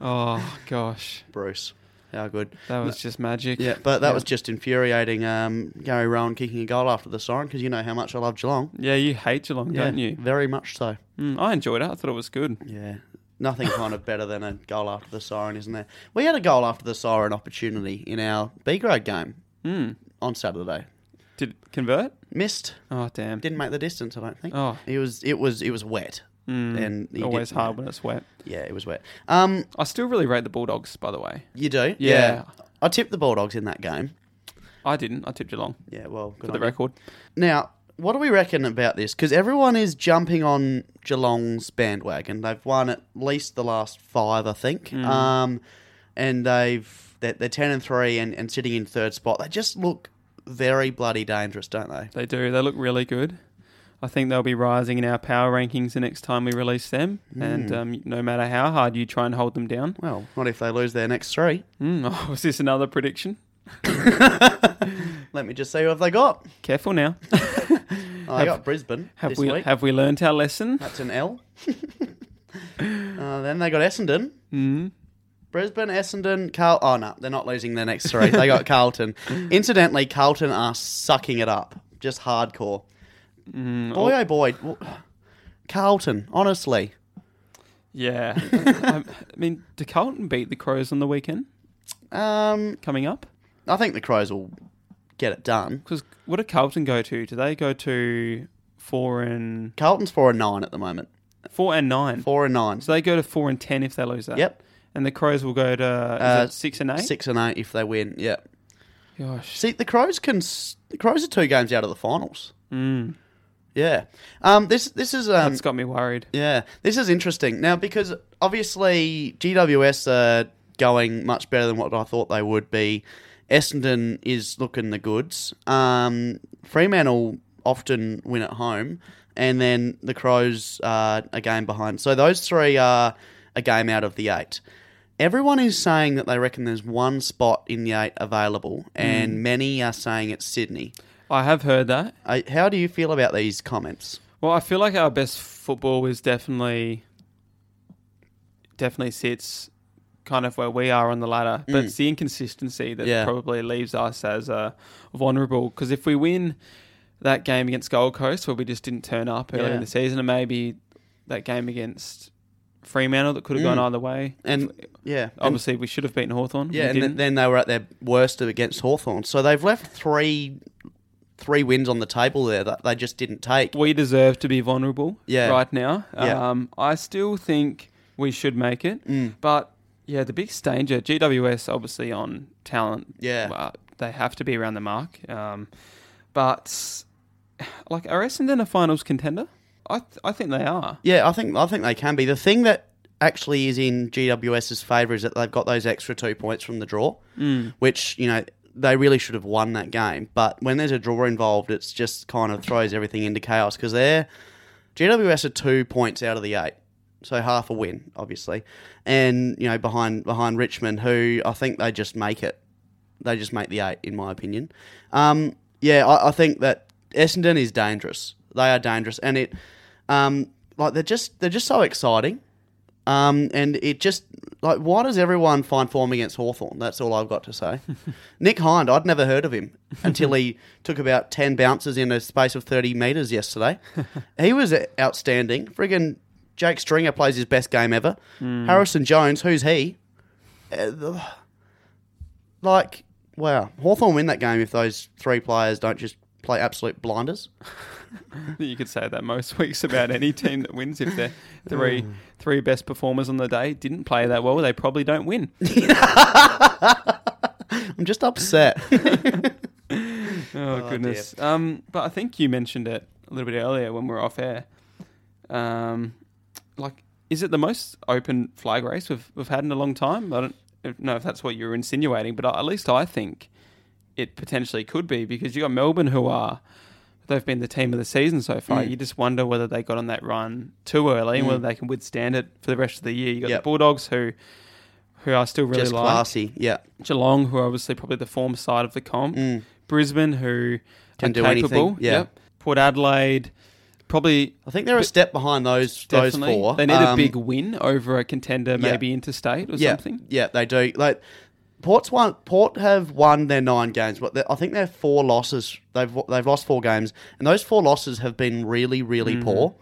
[SPEAKER 2] Oh, gosh.
[SPEAKER 1] Bruce, how good.
[SPEAKER 2] That was just magic.
[SPEAKER 1] Yeah, but that
[SPEAKER 2] Yeah.
[SPEAKER 1] was just infuriating. Um, Gary Rowan kicking a goal after the siren because you know how much I love Geelong,
[SPEAKER 2] Yeah, you hate Geelong, don't
[SPEAKER 1] Yeah,
[SPEAKER 2] you?
[SPEAKER 1] Very much so.
[SPEAKER 2] Mm, I enjoyed it. I thought it was good.
[SPEAKER 1] Yeah, nothing kind of better than a goal after the siren, isn't there? We had a goal after the siren opportunity in our B grade game
[SPEAKER 2] Mm.
[SPEAKER 1] on Saturday.
[SPEAKER 2] Did it convert?
[SPEAKER 1] Missed,
[SPEAKER 2] Oh damn!
[SPEAKER 1] didn't make the distance. I don't think.
[SPEAKER 2] Oh,
[SPEAKER 1] It was it was it was wet.
[SPEAKER 2] mm,
[SPEAKER 1] And he
[SPEAKER 2] always
[SPEAKER 1] didn't-
[SPEAKER 2] hard when it's wet.
[SPEAKER 1] Yeah, it was wet. Um,
[SPEAKER 2] I still really rate the Bulldogs, by the way.
[SPEAKER 1] you do.
[SPEAKER 2] Yeah.
[SPEAKER 1] I tipped the Bulldogs in that game.
[SPEAKER 2] I didn't. I tipped Geelong
[SPEAKER 1] Yeah, well, good
[SPEAKER 2] for
[SPEAKER 1] on
[SPEAKER 2] the
[SPEAKER 1] you.
[SPEAKER 2] record.
[SPEAKER 1] Now, what do we reckon about this? Because everyone is jumping on Geelong's bandwagon. They've won at least the last five, I think.
[SPEAKER 2] Mm.
[SPEAKER 1] Um, and they've they're, they're ten and three and, and sitting in third spot. They just look very bloody dangerous, don't they?
[SPEAKER 2] They do. They look really good. I think they'll be rising in our power rankings the next time we release them.
[SPEAKER 1] Hmm.
[SPEAKER 2] And um, no matter how hard you try and hold them down,
[SPEAKER 1] Well, not if they lose their next three.
[SPEAKER 2] mm, oh, was this another prediction?
[SPEAKER 1] Let me just see who have they got.
[SPEAKER 2] Careful now.
[SPEAKER 1] Oh, they got Brisbane
[SPEAKER 2] Have
[SPEAKER 1] this
[SPEAKER 2] we
[SPEAKER 1] week.
[SPEAKER 2] have we learnt our lesson?
[SPEAKER 1] That's an L. uh, then they got Essendon.
[SPEAKER 2] Mm.
[SPEAKER 1] Brisbane, Essendon, Carl. Oh no, they're not losing their next three. They got Carlton. Incidentally, Carlton are sucking it up, just hardcore.
[SPEAKER 2] Mm,
[SPEAKER 1] Boy, oh boy, w- Carlton. Honestly,
[SPEAKER 2] Oh, Yeah. I, I mean, do Carlton beat the Crows on the weekend
[SPEAKER 1] um,
[SPEAKER 2] coming up?
[SPEAKER 1] I think the Crows will get it done.
[SPEAKER 2] Because what do Carlton go to? Do they go to four and
[SPEAKER 1] Carlton's four and nine at the moment.
[SPEAKER 2] four and nine?
[SPEAKER 1] Four and nine.
[SPEAKER 2] So they go to four and ten if they lose that.
[SPEAKER 1] Yep.
[SPEAKER 2] And the Crows will go to is
[SPEAKER 1] Uh,
[SPEAKER 2] it six and eight.
[SPEAKER 1] Six and eight if they win. Yep.
[SPEAKER 2] Gosh.
[SPEAKER 1] See, the Crows can. s- The Crows are two games out of the finals.
[SPEAKER 2] Mm.
[SPEAKER 1] Yeah. Um, this this is um,
[SPEAKER 2] That's got me worried.
[SPEAKER 1] yeah. This is interesting now because obviously GWS are going much better than what I thought they would be. Essendon is looking the goods. Um, Fremantle often win at home, and then the Crows are a game behind. So those three are a game out of the eight. Everyone is saying that they reckon there's one spot in the eight available, and many are saying it's Sydney.
[SPEAKER 2] I have heard that.
[SPEAKER 1] I, how do you feel about these comments?
[SPEAKER 2] Well, I feel like our best football is definitely definitely sits kind of where we are on the ladder, but it's the inconsistency that
[SPEAKER 1] Mm. Yeah.
[SPEAKER 2] probably leaves us as uh, vulnerable. Because if we win that game against Gold Coast, where we just didn't turn up early
[SPEAKER 1] Yeah.
[SPEAKER 2] in the season, and maybe that game against Fremantle that could have
[SPEAKER 1] Mm.
[SPEAKER 2] gone either way.
[SPEAKER 1] And yeah, and-
[SPEAKER 2] Obviously, we should have beaten Hawthorn.
[SPEAKER 1] Yeah, and
[SPEAKER 2] we
[SPEAKER 1] th-
[SPEAKER 2] didn't.
[SPEAKER 1] then they were at their worst against Hawthorn. So they've left three three wins on the table there that they just didn't take.
[SPEAKER 2] we deserve to be vulnerable
[SPEAKER 1] Yeah.
[SPEAKER 2] right now.
[SPEAKER 1] Yeah. Mm.
[SPEAKER 2] Um, I still think we should make it. But yeah, the biggest danger, GWS obviously on talent.
[SPEAKER 1] Yeah.
[SPEAKER 2] uh, they have to be around the mark. Um, but like, are Essendon a finals contender? I, th- I think they are.
[SPEAKER 1] Yeah, I think I think they can be. The thing that actually is in GWS's favour is that they've got those extra two points from the draw, which you know they really should have won that game. But when there's a draw involved, it's just kind of throws everything into chaos because they're GWS are two points out of the eight, so half a win, obviously, and you know behind behind Richmond, who I think they just make it. They just make the eight, in my opinion. Um, yeah, I, I think that Essendon is dangerous. They are dangerous, and it um, like they're just they're just so exciting. Um, and it just like why does everyone find form against Hawthorn? That's all I've got to say. Nick Hind, I'd never heard of him until he took about ten bounces in a space of thirty meters yesterday. he was outstanding. Friggin' Jake Stringer plays his best game ever. Harrison Jones, who's he? Uh, the- like wow, Hawthorn win that game if those three players don't just play absolute blinders.
[SPEAKER 2] You could say that most weeks about any team that wins if their three
[SPEAKER 1] Mm.
[SPEAKER 2] three best performers on the day didn't play that well, they probably don't win.
[SPEAKER 1] I'm just upset.
[SPEAKER 2] Oh,
[SPEAKER 1] Oh,
[SPEAKER 2] goodness. Um, but I think you mentioned it a little bit earlier when we were off air. Um, like, is it the most open flag race we've we've had in a long time? I don't know if that's what you're insinuating, but at least I think it potentially could be because you got Melbourne who are they've been the team of the season so
[SPEAKER 1] Mm.
[SPEAKER 2] far. You just wonder whether they got on that run too early and whether they can withstand it for the rest of the year. You got
[SPEAKER 1] Yep.
[SPEAKER 2] the Bulldogs who who I still really
[SPEAKER 1] just
[SPEAKER 2] like.
[SPEAKER 1] classy, yeah.
[SPEAKER 2] Geelong, who are obviously probably the form side of the comp. Brisbane, who
[SPEAKER 1] Can Mm.
[SPEAKER 2] are
[SPEAKER 1] do
[SPEAKER 2] capable.
[SPEAKER 1] anything, yeah.
[SPEAKER 2] Port Adelaide, probably
[SPEAKER 1] I think they're a step behind those
[SPEAKER 2] definitely.
[SPEAKER 1] those four.
[SPEAKER 2] They need a
[SPEAKER 1] Um,
[SPEAKER 2] big win over a contender, maybe interstate or
[SPEAKER 1] yeah,
[SPEAKER 2] something.
[SPEAKER 1] Yeah, they do. Like Port's won. Port have won their nine games, but they- I think their four losses. They've they've lost four games, and those four losses have been really really
[SPEAKER 2] Mm-hmm.
[SPEAKER 1] poor.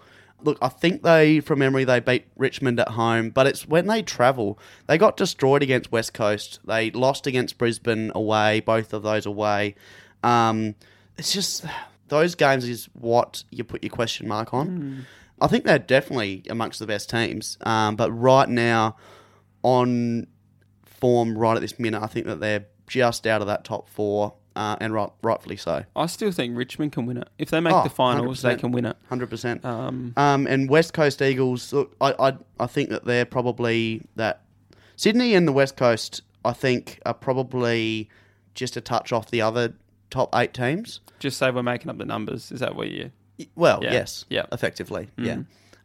[SPEAKER 1] Look, I think they, from memory, they beat Richmond at home, but it's when they travel. They got destroyed against West Coast. They lost against Brisbane away, both of those away. Um, it's just those games is what you put your question mark on.
[SPEAKER 2] Mm.
[SPEAKER 1] I think they're definitely amongst the best teams, um, but right now, on form right at this minute, I think that they're just out of that top four, uh, and right, rightfully so.
[SPEAKER 2] I still think Richmond can win it. If they make
[SPEAKER 1] Oh,
[SPEAKER 2] the finals, they
[SPEAKER 1] 100%.
[SPEAKER 2] can win it.
[SPEAKER 1] Hundred percent.
[SPEAKER 2] Um,
[SPEAKER 1] Um, and West Coast Eagles, look, I, I I think that they're probably that Sydney and the West Coast, I think, are probably just a touch off the other top eight teams.
[SPEAKER 2] just say we're making up the numbers. Is that what you?
[SPEAKER 1] Y- Well,
[SPEAKER 2] Yeah.
[SPEAKER 1] yes,
[SPEAKER 2] Yeah. Mm-hmm.
[SPEAKER 1] effectively, yeah.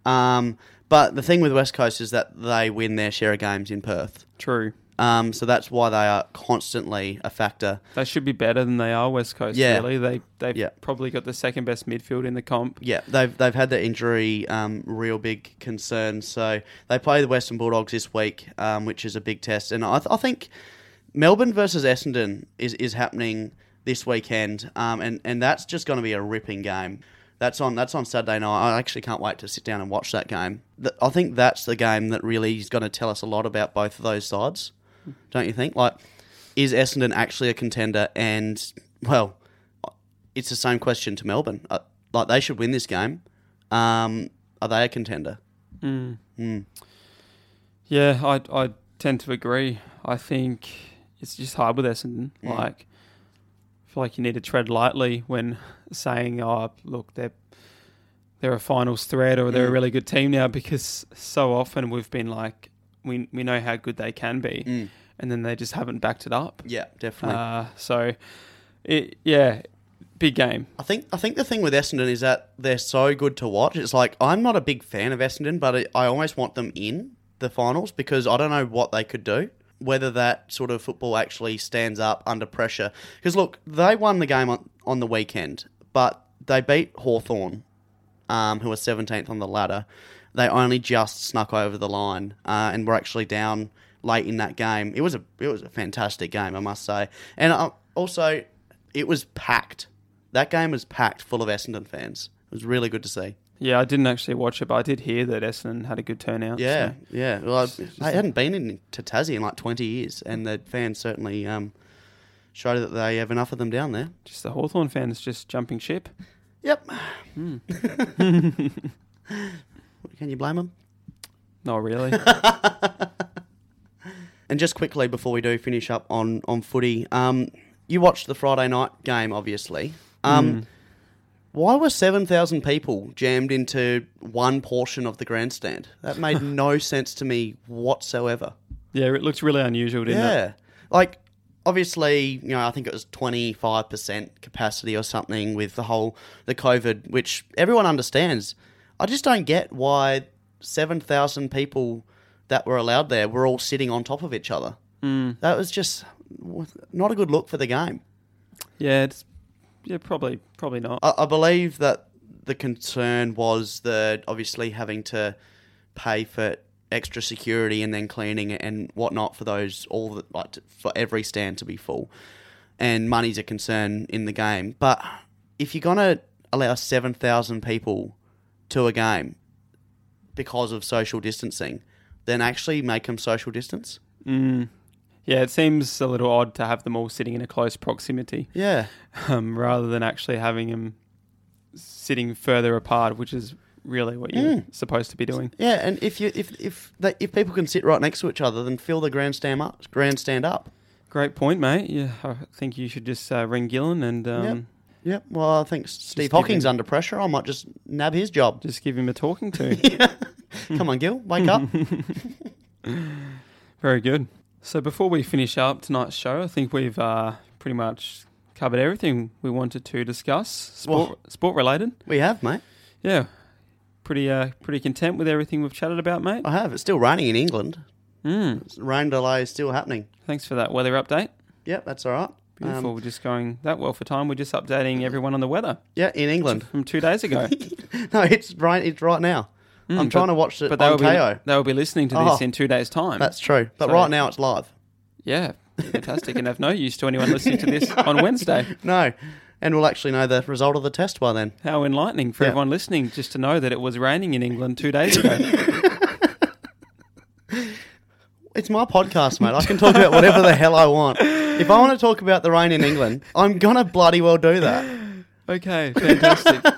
[SPEAKER 1] Um, but the thing with West Coast is that they win their share of games in Perth,
[SPEAKER 2] True.
[SPEAKER 1] um, so that's why they are constantly a factor.
[SPEAKER 2] They should be better than they are. West Coast,
[SPEAKER 1] Yeah.
[SPEAKER 2] really. They they've
[SPEAKER 1] Yeah.
[SPEAKER 2] probably got the second best midfield in the comp.
[SPEAKER 1] Yeah, they've they've had the injury um, real big concern. So they play the Western Bulldogs this week, um, which is a big test. And I, th- I think Melbourne versus Essendon is is happening this weekend, um, and and that's just going to be a ripping game. That's on that's on Saturday night. I actually can't wait to sit down and watch that game. Th- I think that's the game that really is going to tell us a lot about both of those sides, don't you think? Like, is Essendon actually a contender? And well it's the same question to Melbourne. Uh, like they should win this game. Um, are they a contender?
[SPEAKER 2] Mm.
[SPEAKER 1] Hmm.
[SPEAKER 2] Yeah, I I tend to agree. I think it's just hard with Essendon. Like, I feel like you need to tread lightly when saying, "Oh, look, they're they're a finals threat or
[SPEAKER 1] Mm.
[SPEAKER 2] they're a really good team now because so often we've been like we we know how good they can be and then they just haven't backed it up.
[SPEAKER 1] Mm. Yeah, definitely.
[SPEAKER 2] Uh, so it yeah, big game.
[SPEAKER 1] I think I think the thing with Essendon is that they're so good to watch. It's like I'm not a big fan of Essendon, but I, I almost want them in the finals because I don't know what they could do. Whether that sort of football actually stands up under pressure. Because look, they won the game on, on the weekend, but they beat Hawthorn, um, who are 17th on the ladder. They only just snuck over the line uh, and were actually down late in that game. It was a it was a fantastic game, I must say. And uh, also, it was packed. That game was packed full of Essendon fans. It was really good to see.
[SPEAKER 2] Yeah, I didn't actually watch it, but I did hear that Essendon had a good turnout.
[SPEAKER 1] Yeah,
[SPEAKER 2] so-
[SPEAKER 1] yeah. Well, I, I hadn't been in to Tassie in like 20 years, and the fans certainly um, showed that they have enough of them down there.
[SPEAKER 2] just the Hawthorn fans just jumping ship.
[SPEAKER 1] Yep. Can you blame them?
[SPEAKER 2] Not really.
[SPEAKER 1] And just quickly before we do finish up on on footy, um, you watched the Friday night game, obviously. Um, Why were seven thousand people jammed into one portion of the grandstand? That made no sense to me whatsoever.
[SPEAKER 2] yeah, it looked really unusual, didn't it?
[SPEAKER 1] Yeah, like obviously, you know, I think it was twenty five percent capacity or something with the whole the COVID, which everyone understands. I just don't get why seven thousand people that were allowed there were all sitting on top of each other. Mm. That was just not a good look for the game.
[SPEAKER 2] Yeah, it's yeah, probably probably not.
[SPEAKER 1] I, I believe that the concern was that obviously having to pay for extra security and then cleaning and whatnot for those all the, like to- for every stand to be full, and money's a concern in the game. But if you're gonna allow seven thousand people to a game because of social distancing, then actually make them social distance. Mm.
[SPEAKER 2] Yeah, it seems a little odd to have them all sitting in a close proximity,
[SPEAKER 1] Yeah,
[SPEAKER 2] um, rather than actually having them sitting further apart, which is really what you're
[SPEAKER 1] Mm.
[SPEAKER 2] supposed to be doing.
[SPEAKER 1] yeah. And if you if if they, if people can sit right next to each other, then fill the grandstand up. Grandstand up.
[SPEAKER 2] Great point, mate. Yeah, I think you should just uh, ring Gillen and um,
[SPEAKER 1] Yep. Well, I think Steve
[SPEAKER 2] give him-
[SPEAKER 1] Hocking's under pressure. I might just nab his job.
[SPEAKER 2] just give him a talking to.
[SPEAKER 1] Come on, Gil, wake up.
[SPEAKER 2] Very good. So before we finish up tonight's show, I think we've uh, pretty much covered everything we wanted to discuss, sport, sport related.
[SPEAKER 1] We have, mate.
[SPEAKER 2] Yeah, pretty uh, pretty content with everything we've chatted about, mate.
[SPEAKER 1] I have. It's still raining in England.
[SPEAKER 2] Mm.
[SPEAKER 1] It's- Rain delay is still happening.
[SPEAKER 2] Thanks for that weather update.
[SPEAKER 1] Yep, that's all right.
[SPEAKER 2] Beautiful.
[SPEAKER 1] Um,
[SPEAKER 2] We're just going that well for time. We're just updating everyone on the weather
[SPEAKER 1] yeah, in England.
[SPEAKER 2] from two days ago.
[SPEAKER 1] no, it's right. It's right now. I'm trying to watch it
[SPEAKER 2] Hmm, but
[SPEAKER 1] on
[SPEAKER 2] they'll be
[SPEAKER 1] KO.
[SPEAKER 2] they'll be listening to this
[SPEAKER 1] Oh.
[SPEAKER 2] in two days' time.
[SPEAKER 1] That's true. But
[SPEAKER 2] So-
[SPEAKER 1] right now, it's live.
[SPEAKER 2] yeah, fantastic, and have no use to anyone listening to this on Wednesday.
[SPEAKER 1] No, and we'll actually know the result of the test by then.
[SPEAKER 2] How enlightening for
[SPEAKER 1] Yeah.
[SPEAKER 2] everyone listening just to know that it was raining in England two days ago.
[SPEAKER 1] It's my podcast, mate. I can talk about whatever the hell I want. If I want to talk about the rain in England, I'm gonna bloody well do that.
[SPEAKER 2] okay, fantastic. A-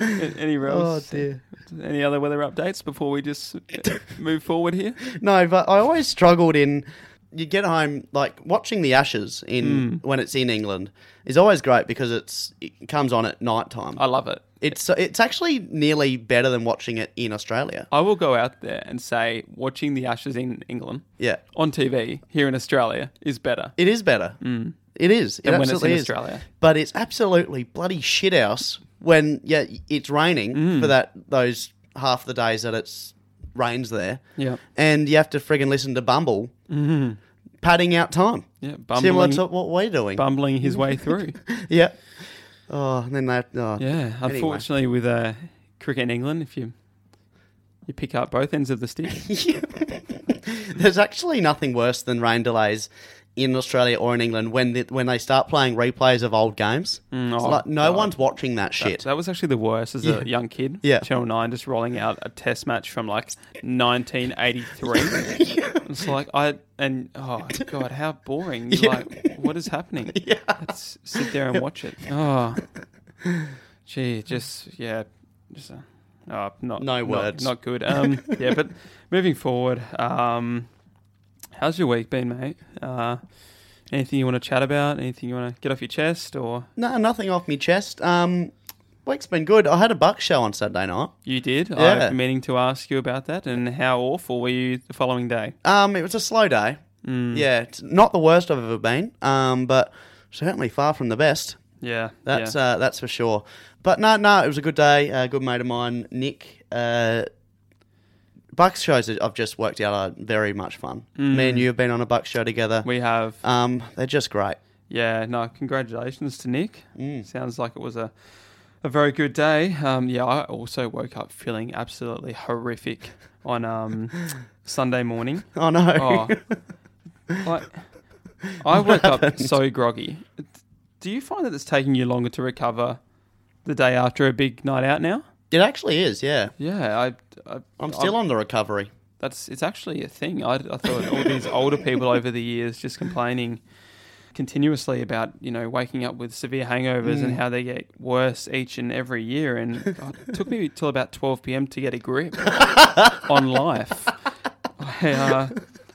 [SPEAKER 2] Any
[SPEAKER 1] Oh
[SPEAKER 2] else?
[SPEAKER 1] dear.
[SPEAKER 2] Any other weather updates before we just uh, move forward here?
[SPEAKER 1] No, but I always struggled in. You get home like watching the Ashes in
[SPEAKER 2] Hmm.
[SPEAKER 1] when it's in England is always great because it's it comes on at night time.
[SPEAKER 2] I love it.
[SPEAKER 1] It's it's actually nearly better than watching it in Australia.
[SPEAKER 2] I will go out there and say watching the Ashes in England
[SPEAKER 1] Yeah,
[SPEAKER 2] on TV here in Australia is better.
[SPEAKER 1] it is better. Mm. It is. It
[SPEAKER 2] Hmm. Than when it's
[SPEAKER 1] absolutely
[SPEAKER 2] in
[SPEAKER 1] is.
[SPEAKER 2] Australia.
[SPEAKER 1] But it's absolutely bloody shithouse when yeah it's raining
[SPEAKER 2] Hmm.
[SPEAKER 1] for that those half the days that it's rains there.
[SPEAKER 2] Yeah. Hmm.
[SPEAKER 1] and you have to friggin' listen to Bumble padding out time.
[SPEAKER 2] Yeah,
[SPEAKER 1] Similar
[SPEAKER 2] bumbling,
[SPEAKER 1] to what we're doing.
[SPEAKER 2] bumbling his way through.
[SPEAKER 1] Yeah. Oh, and then that. Oh.
[SPEAKER 2] Yeah,
[SPEAKER 1] Anyway.
[SPEAKER 2] unfortunately, with uh, cricket in England, if you you pick up both ends of the stick, mm,
[SPEAKER 1] There's actually nothing worse than rain delays in Australia or in England when the, when they start playing replays of old games.
[SPEAKER 2] Mm,
[SPEAKER 1] It's
[SPEAKER 2] oh,
[SPEAKER 1] like no
[SPEAKER 2] God.
[SPEAKER 1] one's watching that shit.
[SPEAKER 2] that was actually the worst as
[SPEAKER 1] Yeah.
[SPEAKER 2] a young kid.
[SPEAKER 1] Yeah.
[SPEAKER 2] Channel Nine just rolling out a Test match from like 1983. It's like I and oh god, how boring! You're Like, what is happening?
[SPEAKER 1] Yeah.
[SPEAKER 2] Let's sit there and watch it. Oh, gee, just yeah, just. Uh, Oh, not
[SPEAKER 1] No
[SPEAKER 2] not-
[SPEAKER 1] words.
[SPEAKER 2] not good. Um, yeah, but moving forward, um, How's your week been, mate? Uh, anything you want to chat about? Anything you want to get off your chest? Or
[SPEAKER 1] No, nothing off my chest. Um, Week's been good. I had a buck show on Saturday night.
[SPEAKER 2] You did.
[SPEAKER 1] Yeah.
[SPEAKER 2] I'm meaning to ask you about that and how awful were you the following day?
[SPEAKER 1] Um, it was a slow day.
[SPEAKER 2] Mm.
[SPEAKER 1] Yeah, it's not the worst I've ever been. Um, but certainly far from the best.
[SPEAKER 2] Yeah.
[SPEAKER 1] That's
[SPEAKER 2] yeah.
[SPEAKER 1] uh, that's for sure. But no, no, it was a good day. A good mate of mine, Nick. Uh, Bucks shows that I've just worked out are very much fun. Me and you have been on a Bucks show together.
[SPEAKER 2] Mm. uh, we have.
[SPEAKER 1] Um, they're just great.
[SPEAKER 2] Yeah, no, congratulations to Nick.
[SPEAKER 1] Mm.
[SPEAKER 2] Sounds like it was a a very good day. Um, yeah, I also woke up feeling absolutely horrific on um, Sunday morning.
[SPEAKER 1] Oh no,
[SPEAKER 2] Oh, like, I woke up so groggy. Do you find that it's taking you longer to recover the day after a big night out now?
[SPEAKER 1] it actually is. Yeah,
[SPEAKER 2] Yeah, I, I
[SPEAKER 1] I'm still on the recovery.
[SPEAKER 2] That's it's actually a thing. I, I thought all these older people over the years just complaining continuously about you know waking up with severe hangovers
[SPEAKER 1] Mm.
[SPEAKER 2] and how they get worse each and every year. And it took me till about twelve p.m. to get a grip on life. I, uh,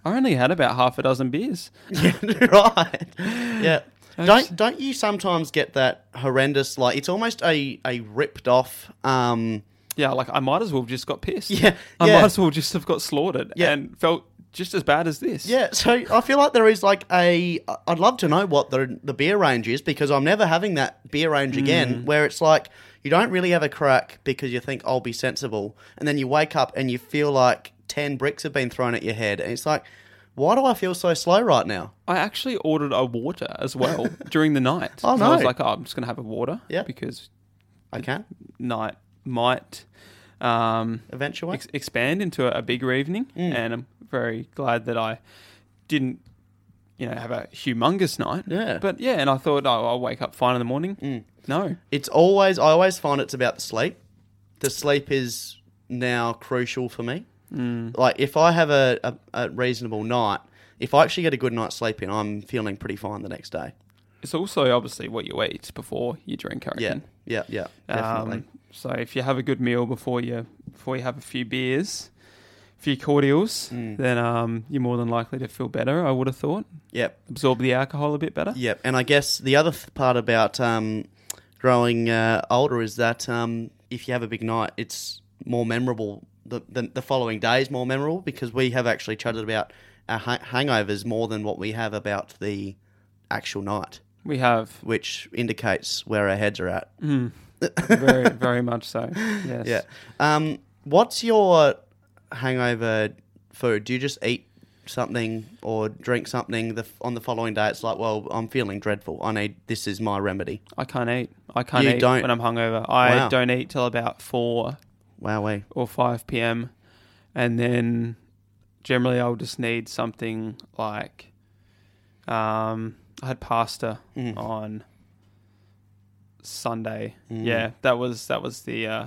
[SPEAKER 2] I only had about half a dozen beers.
[SPEAKER 1] Yeah, right. Yeah.
[SPEAKER 2] That's-
[SPEAKER 1] Don't don't you sometimes get that horrendous like it's almost a, a ripped off um
[SPEAKER 2] Yeah, like I might as well have just got pissed.
[SPEAKER 1] Yeah,
[SPEAKER 2] I
[SPEAKER 1] yeah.
[SPEAKER 2] might as well just have got slaughtered
[SPEAKER 1] Yeah.
[SPEAKER 2] and felt just as bad as this.
[SPEAKER 1] yeah so I feel like there is like a I'd love to know what the the beer range is because I'm never having that beer range again where it's like you don't really have a crack because you think I'll be sensible and then you wake up and you feel like 10 bricks have been thrown at your head and it's like why do I feel so slow right now
[SPEAKER 2] I actually ordered a water as well during the night.
[SPEAKER 1] Oh,
[SPEAKER 2] So I was
[SPEAKER 1] no.
[SPEAKER 2] like, oh, I'm just going to have a water
[SPEAKER 1] Yeah.
[SPEAKER 2] because
[SPEAKER 1] okay
[SPEAKER 2] night might um,
[SPEAKER 1] eventually
[SPEAKER 2] ex- expand into a, a bigger evening.
[SPEAKER 1] Mm.
[SPEAKER 2] And I'm very glad that I didn't, you know, have a humongous night.
[SPEAKER 1] Yeah. Mm.
[SPEAKER 2] But yeah, and I thought, oh, I'll wake up fine in the morning. No.
[SPEAKER 1] It's always I always find it's about the sleep. The sleep is now crucial for me. Mm. Like if I have a, a, a reasonable night, if I actually get a good night's sleep in, I'm feeling pretty fine the next day.
[SPEAKER 2] It's also obviously what you eat before you drink, I reckon.
[SPEAKER 1] Yeah, yeah, yeah, definitely.
[SPEAKER 2] Um, so if you have a good meal before you before you have a few beers, a few cordials,
[SPEAKER 1] Mm.
[SPEAKER 2] then um, you're more than likely to feel better. I would have thought
[SPEAKER 1] yep,
[SPEAKER 2] absorb the alcohol a bit better.
[SPEAKER 1] yep. And I guess the other th- part about um, growing uh, older is that um, if you have a big night, it's more memorable. The, the, the following day is more memorable because we have actually chatted about our ha- hangovers more than what we have about the actual night.
[SPEAKER 2] We have
[SPEAKER 1] which indicates where our heads are at.
[SPEAKER 2] very very much so. Yes.
[SPEAKER 1] Yeah. Um, what's your hangover food? Do you just eat something or drink something the, on the following day? It's like, well, I'm feeling dreadful. I need this is my remedy.
[SPEAKER 2] I can't eat. I can't
[SPEAKER 1] You
[SPEAKER 2] eat
[SPEAKER 1] don't-
[SPEAKER 2] when I'm hungover. I
[SPEAKER 1] Wow.
[SPEAKER 2] don't eat till about four
[SPEAKER 1] Wowee.
[SPEAKER 2] or five p.m. and then generally I'll just need something like um, I had pasta
[SPEAKER 1] Mm. Oh.
[SPEAKER 2] on Sunday.
[SPEAKER 1] Mm.
[SPEAKER 2] Yeah, that was that was the uh,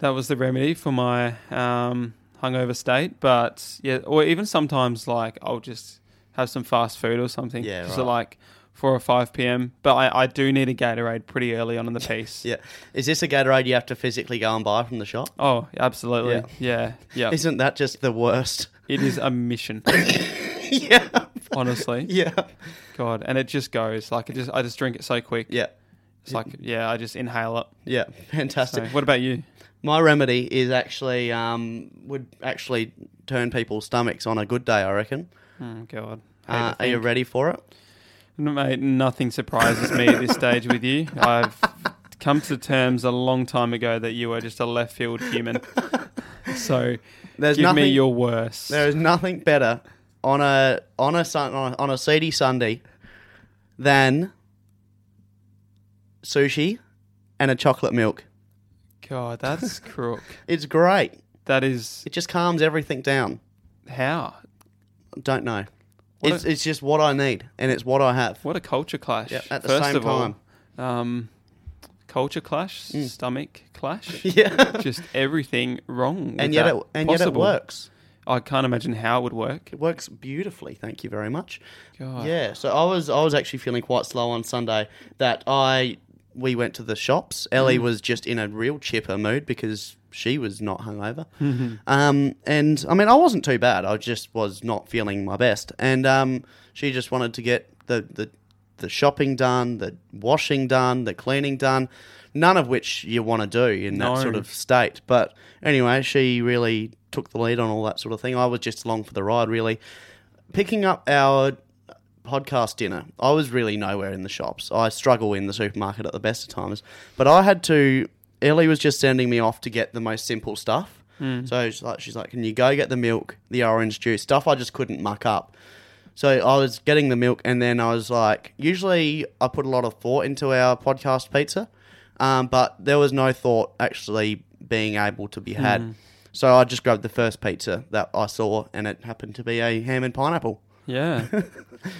[SPEAKER 2] that was the remedy for my um, hungover state. But yeah, or even sometimes like I'll just have some fast food or something.
[SPEAKER 1] Yeah,
[SPEAKER 2] just
[SPEAKER 1] right.
[SPEAKER 2] like four or five p.m. But I, I do need a Gatorade pretty early on in the piece.
[SPEAKER 1] Yeah. Is this a Gatorade you have to physically go and buy from the shop?
[SPEAKER 2] Oh, absolutely. Yeah, yeah.
[SPEAKER 1] Isn't that just the worst?
[SPEAKER 2] It is a mission,
[SPEAKER 1] yeah.
[SPEAKER 2] honestly.
[SPEAKER 1] Yeah.
[SPEAKER 2] God, and it just goes like it just. I just drink it so quick.
[SPEAKER 1] Yeah.
[SPEAKER 2] It's like yeah, I just inhale it.
[SPEAKER 1] Yeah.
[SPEAKER 2] So,
[SPEAKER 1] Fantastic.
[SPEAKER 2] what about you?
[SPEAKER 1] My remedy is actually um, would actually turn people's stomachs on a good day. I reckon.
[SPEAKER 2] Oh God, Hate
[SPEAKER 1] Uh,
[SPEAKER 2] to
[SPEAKER 1] are you
[SPEAKER 2] think.
[SPEAKER 1] ready for it?
[SPEAKER 2] No, Mate, nothing surprises me at this stage with you. I've come to terms a long time ago that you are just a left field human. So
[SPEAKER 1] There's
[SPEAKER 2] give me
[SPEAKER 1] nothing-
[SPEAKER 2] your worst.
[SPEAKER 1] There is nothing better on a on a sun, on a, on a seedy Sunday than sushi and a chocolate milk.
[SPEAKER 2] God, that's crook.
[SPEAKER 1] It's great.
[SPEAKER 2] That is
[SPEAKER 1] It just calms everything down.
[SPEAKER 2] how.
[SPEAKER 1] Don't know.
[SPEAKER 2] What
[SPEAKER 1] it's it's just what I need and it's what I have.
[SPEAKER 2] What a culture clash.
[SPEAKER 1] Yeah, at the
[SPEAKER 2] First
[SPEAKER 1] same
[SPEAKER 2] of all, um, culture clash, stomach clash.
[SPEAKER 1] Mm. Yeah.
[SPEAKER 2] just everything wrong. with
[SPEAKER 1] and yet
[SPEAKER 2] that
[SPEAKER 1] it, and
[SPEAKER 2] possible.
[SPEAKER 1] yet it works.
[SPEAKER 2] I can't imagine how it would work.
[SPEAKER 1] It works beautifully. Thank you very much.
[SPEAKER 2] God.
[SPEAKER 1] Yeah, so I was I was actually feeling quite slow on Sunday. That I we went to the shops. Ellie was just in a real chipper mood because she was not hungover. um, and I mean, I wasn't too bad. I just was not feeling my best. And um, she just wanted to get the the the shopping done, the washing done, the cleaning done, none of which you want to do in
[SPEAKER 2] No.
[SPEAKER 1] that sort of state. But anyway, she really took the lead on all that sort of thing. I was just along for the ride, really. Picking up our podcast dinner, I was really nowhere in the shops. I struggle in the supermarket at the best of times, but I had to. Ellie was just sending me off to get the most simple stuff. So she's like, she's like, "Can you go get the milk, the orange juice, stuff I just couldn't muck up." So I was getting the milk, and then I was like, usually I put a lot of thought into our podcast pizza, um, but there was no thought actually being able to be had.
[SPEAKER 2] Hmm.
[SPEAKER 1] So I just grabbed the first pizza that I saw, and it happened to be a ham and pineapple.
[SPEAKER 2] Yeah.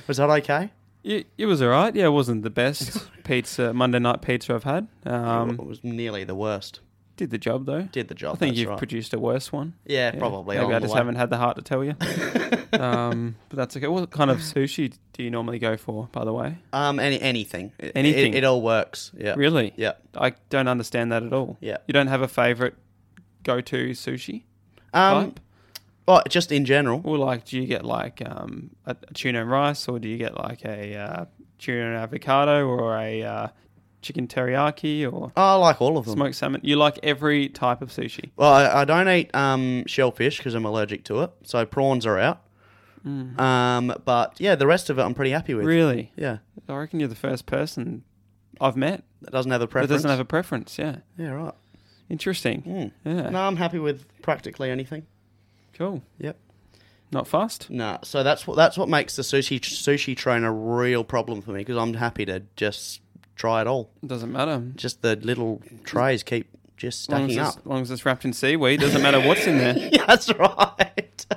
[SPEAKER 1] Was that okay?
[SPEAKER 2] It, it was all right. Yeah, it wasn't the best pizza, Monday night pizza I've had. Um,
[SPEAKER 1] it was nearly the worst.
[SPEAKER 2] did the job, though.
[SPEAKER 1] Did the job.
[SPEAKER 2] I think
[SPEAKER 1] that's
[SPEAKER 2] you've
[SPEAKER 1] right.
[SPEAKER 2] produced a worse one.
[SPEAKER 1] yeah,
[SPEAKER 2] Yeah,
[SPEAKER 1] probably.
[SPEAKER 2] Maybe
[SPEAKER 1] along
[SPEAKER 2] I
[SPEAKER 1] the
[SPEAKER 2] just
[SPEAKER 1] way.
[SPEAKER 2] haven't had the heart to tell you. um, but that's okay. What kind of sushi do you normally go for, by the way?
[SPEAKER 1] Um, any anything. It- it-
[SPEAKER 2] Anything.
[SPEAKER 1] It, all works. Yeah.
[SPEAKER 2] Really?
[SPEAKER 1] Yeah.
[SPEAKER 2] I don't understand that at all.
[SPEAKER 1] Yeah.
[SPEAKER 2] You don't have a favorite go to sushi
[SPEAKER 1] Um,
[SPEAKER 2] type?
[SPEAKER 1] well, just in general.
[SPEAKER 2] Or, like, do you get like um, a, a tuna and rice, or do you get like a uh, tuna and avocado, or a uh, chicken teriyaki, or
[SPEAKER 1] I like all of them.
[SPEAKER 2] smoked salmon? You like every type of sushi.
[SPEAKER 1] Well, I, I don't eat um, shellfish because I'm allergic to it, so prawns are out. Um, but yeah, the rest of it I'm pretty happy with.
[SPEAKER 2] Really?
[SPEAKER 1] Yeah,
[SPEAKER 2] I reckon you're the first person I've met
[SPEAKER 1] that doesn't have a
[SPEAKER 2] that
[SPEAKER 1] preference.
[SPEAKER 2] doesn't have a preference. Yeah.
[SPEAKER 1] yeah, right.
[SPEAKER 2] Interesting.
[SPEAKER 1] Mm.
[SPEAKER 2] Yeah.
[SPEAKER 1] No, I'm happy with practically anything.
[SPEAKER 2] Cool.
[SPEAKER 1] Yep.
[SPEAKER 2] Not fast.
[SPEAKER 1] Nah, so that's what that's what makes the sushi sushi train a real problem for me because I'm happy to just try it all.
[SPEAKER 2] Doesn't matter.
[SPEAKER 1] Just the little trays keep just
[SPEAKER 2] As long as,
[SPEAKER 1] stacking
[SPEAKER 2] it's,
[SPEAKER 1] up.
[SPEAKER 2] as long as it's wrapped in seaweed, doesn't matter what's in there.
[SPEAKER 1] yeah, that's right.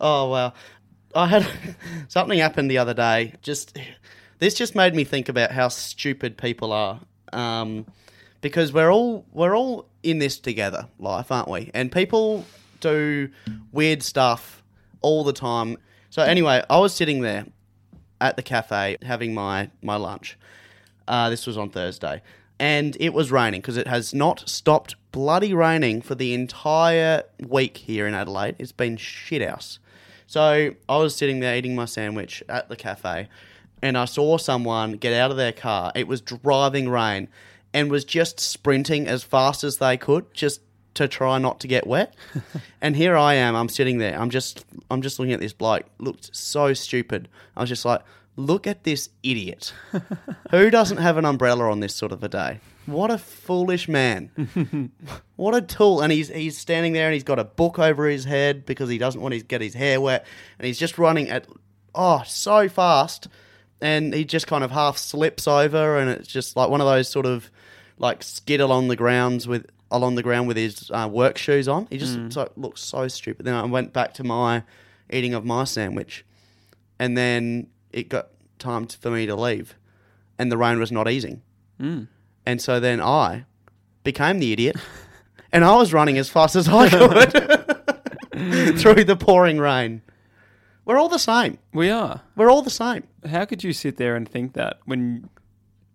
[SPEAKER 1] oh wow, I had something happened the other day. Just this just made me think about how stupid people are, um, because we're all we're all in this together, life, aren't we? And people do weird stuff all the time. So anyway, I was sitting there at the cafe having my my lunch. Uh, this was on Thursday, and it was raining because it has not stopped bloody raining for the entire week here in Adelaide. It's been shit house. So I was sitting there eating my sandwich at the cafe, and I saw someone get out of their car. It was driving rain, and was just sprinting as fast as they could, just to try not to get wet. and here I am, I'm sitting there. I'm just I'm just looking at this bloke. Looked so stupid. I was just like, look at this idiot. Who doesn't have an umbrella on this sort of a day? What a foolish man. what a tool. And he's he's standing there and he's got a book over his head because he doesn't want to get his hair wet and he's just running at oh so fast and he just kind of half slips over and it's just like one of those sort of like skid along the grounds with along the ground with his uh, work shoes on. He just so, looks so stupid. Then I went back to my eating of my sandwich, and then it got time t- for me to leave, and the rain was not easing.
[SPEAKER 2] Mm.
[SPEAKER 1] And so then I became the idiot, and I was running as fast as I could through the pouring rain. We're all the same.
[SPEAKER 2] We are.
[SPEAKER 1] We're all the same.
[SPEAKER 2] How could you sit there and think that when,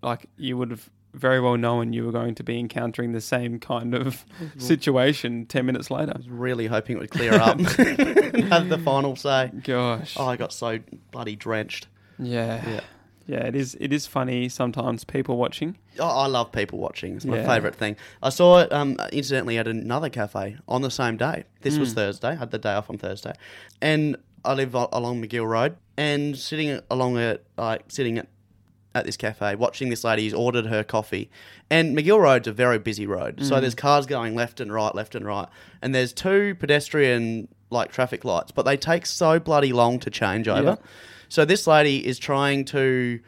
[SPEAKER 2] like, you would have very well known you were going to be encountering the same kind of
[SPEAKER 1] Mm-hmm.
[SPEAKER 2] situation 10 minutes later?
[SPEAKER 1] Really hoping it would clear up and have the final say.
[SPEAKER 2] Gosh.
[SPEAKER 1] Oh, I got so bloody drenched.
[SPEAKER 2] yeah.
[SPEAKER 1] Yeah.
[SPEAKER 2] yeah. it is. It is funny sometimes people watching.
[SPEAKER 1] Oh, I love people watching. It's my
[SPEAKER 2] Yeah.
[SPEAKER 1] favourite thing. I saw it, um, incidentally, at another cafe on the same day. This was Thursday. I had the day off on Thursday. And I live al- along McGill Road. And sitting along a, like, sitting at, at this cafe, watching this lady who's ordered her coffee. And McGill Road's a very busy road. So there's cars going left and right, left and right. And there's two pedestrian, like, traffic lights. But they take so bloody long to change over. So this lady is trying to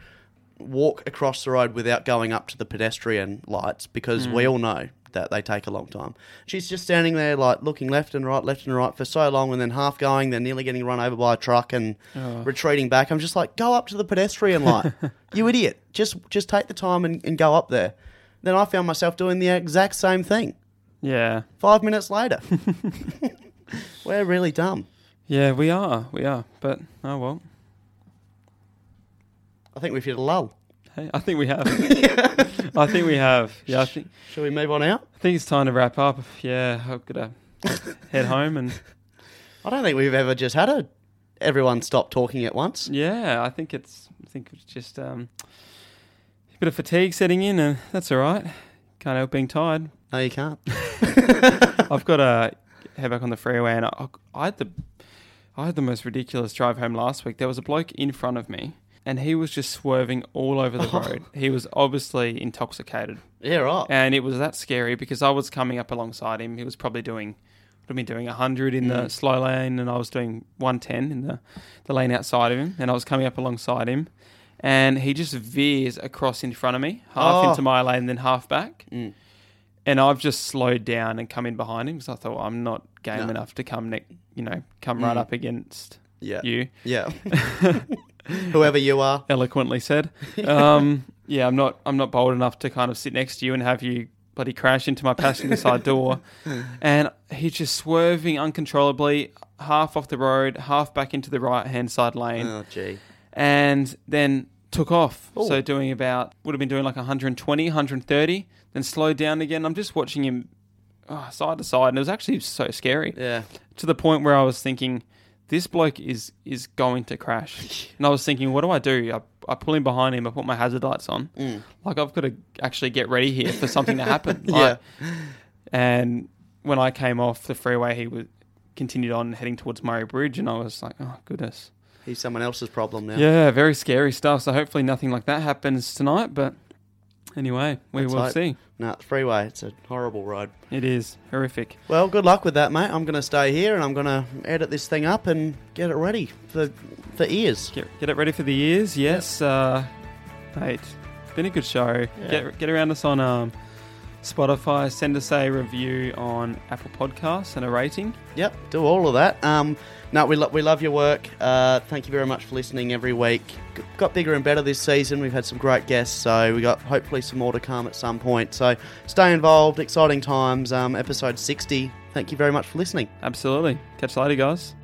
[SPEAKER 1] walk across the road without going up to the pedestrian lights because we all know that they take a long time. She's just standing there, like looking left and right, left and right for so long, and then half going, then nearly getting run over by a truck and retreating back. I'm just like, go up to the pedestrian light, you idiot! Just just take the time and, and go up there. Then I found myself doing the exact same thing
[SPEAKER 2] Yeah.
[SPEAKER 1] five minutes later. We're really dumb.
[SPEAKER 2] Yeah, we are. We are. But oh well.
[SPEAKER 1] I think we've hit a lull.
[SPEAKER 2] Hey, I think we have. I think we have. Yeah, I think.
[SPEAKER 1] Shall we move on out?
[SPEAKER 2] I think it's time to wrap up. Yeah, I'm gonna head home and
[SPEAKER 1] I don't think we've ever just had a everyone stopped talking at once.
[SPEAKER 2] Yeah, I think it's I think it's just um, a bit of fatigue setting in, and that's all right. Can't help being tired.
[SPEAKER 1] No, you can't.
[SPEAKER 2] I've got to head back on the freeway, and I, I had the I had the most ridiculous drive home last week. There was a bloke in front of me, and he was just swerving all over the road. He was obviously intoxicated,
[SPEAKER 1] Yeah, right.
[SPEAKER 2] and it was that scary because I was coming up alongside him. He was probably doing would have been doing 100 in
[SPEAKER 1] Mm.
[SPEAKER 2] the slow lane, and I was doing 110 in the the lane outside of him, and I was coming up alongside him. And he just veers across in front of me, half
[SPEAKER 1] Oh.
[SPEAKER 2] into my lane, then half back
[SPEAKER 1] Mm.
[SPEAKER 2] and I've just slowed down and come in behind him because I thought well, I'm not game
[SPEAKER 1] No.
[SPEAKER 2] enough to come neck, you know, come right
[SPEAKER 1] Mm.
[SPEAKER 2] up against
[SPEAKER 1] Yeah.
[SPEAKER 2] you.
[SPEAKER 1] Yeah. Whoever you are.
[SPEAKER 2] Eloquently said. Um, yeah, I'm not. I'm not bold enough to kind of sit next to you and have you bloody crash into my passenger side door. And he's just swerving uncontrollably, half off the road, half back into the right hand side lane,
[SPEAKER 1] Oh, gee.
[SPEAKER 2] and then took off.
[SPEAKER 1] Oh.
[SPEAKER 2] So doing about would have been doing like 120, 130, then slowed down again. I'm just watching him oh, side to side, and it was actually so scary
[SPEAKER 1] Yeah.
[SPEAKER 2] to the point where I was thinking, this bloke is is going to crash. and I was thinking, what do I do? I, I pull in behind him. I put my hazard lights on.
[SPEAKER 1] Mm.
[SPEAKER 2] Like I've got to actually get ready here for something to happen.
[SPEAKER 1] Yeah.
[SPEAKER 2] Like, And when I came off the freeway, he was continued on heading towards Murray Bridge, and I was like, oh goodness.
[SPEAKER 1] He's someone else's problem now.
[SPEAKER 2] Yeah, very scary stuff. So hopefully nothing like that happens tonight. But anyway, we
[SPEAKER 1] Let's
[SPEAKER 2] will
[SPEAKER 1] hope.
[SPEAKER 2] see.
[SPEAKER 1] No, it's freeway. It's a horrible ride.
[SPEAKER 2] It is horrific.
[SPEAKER 1] Well, good luck with that, mate. I'm going to stay here and I'm going to edit this thing up and get it ready for for ears.
[SPEAKER 2] Get, get it ready for the years. Yes, uh, mate. Been a good show.
[SPEAKER 1] Yeah.
[SPEAKER 2] Get get around us on um, Spotify. Send us a review on Apple Podcasts and a rating.
[SPEAKER 1] Yep, do all of that. Um, no, we, lo- we love your work. Uh, thank you very much for listening every week. G- got bigger and better this season. We've had some great guests, so we got hopefully some more to come at some point. So stay involved. Exciting times. Um, episode 60. Thank you very much for listening.
[SPEAKER 2] Absolutely. Catch you later, guys.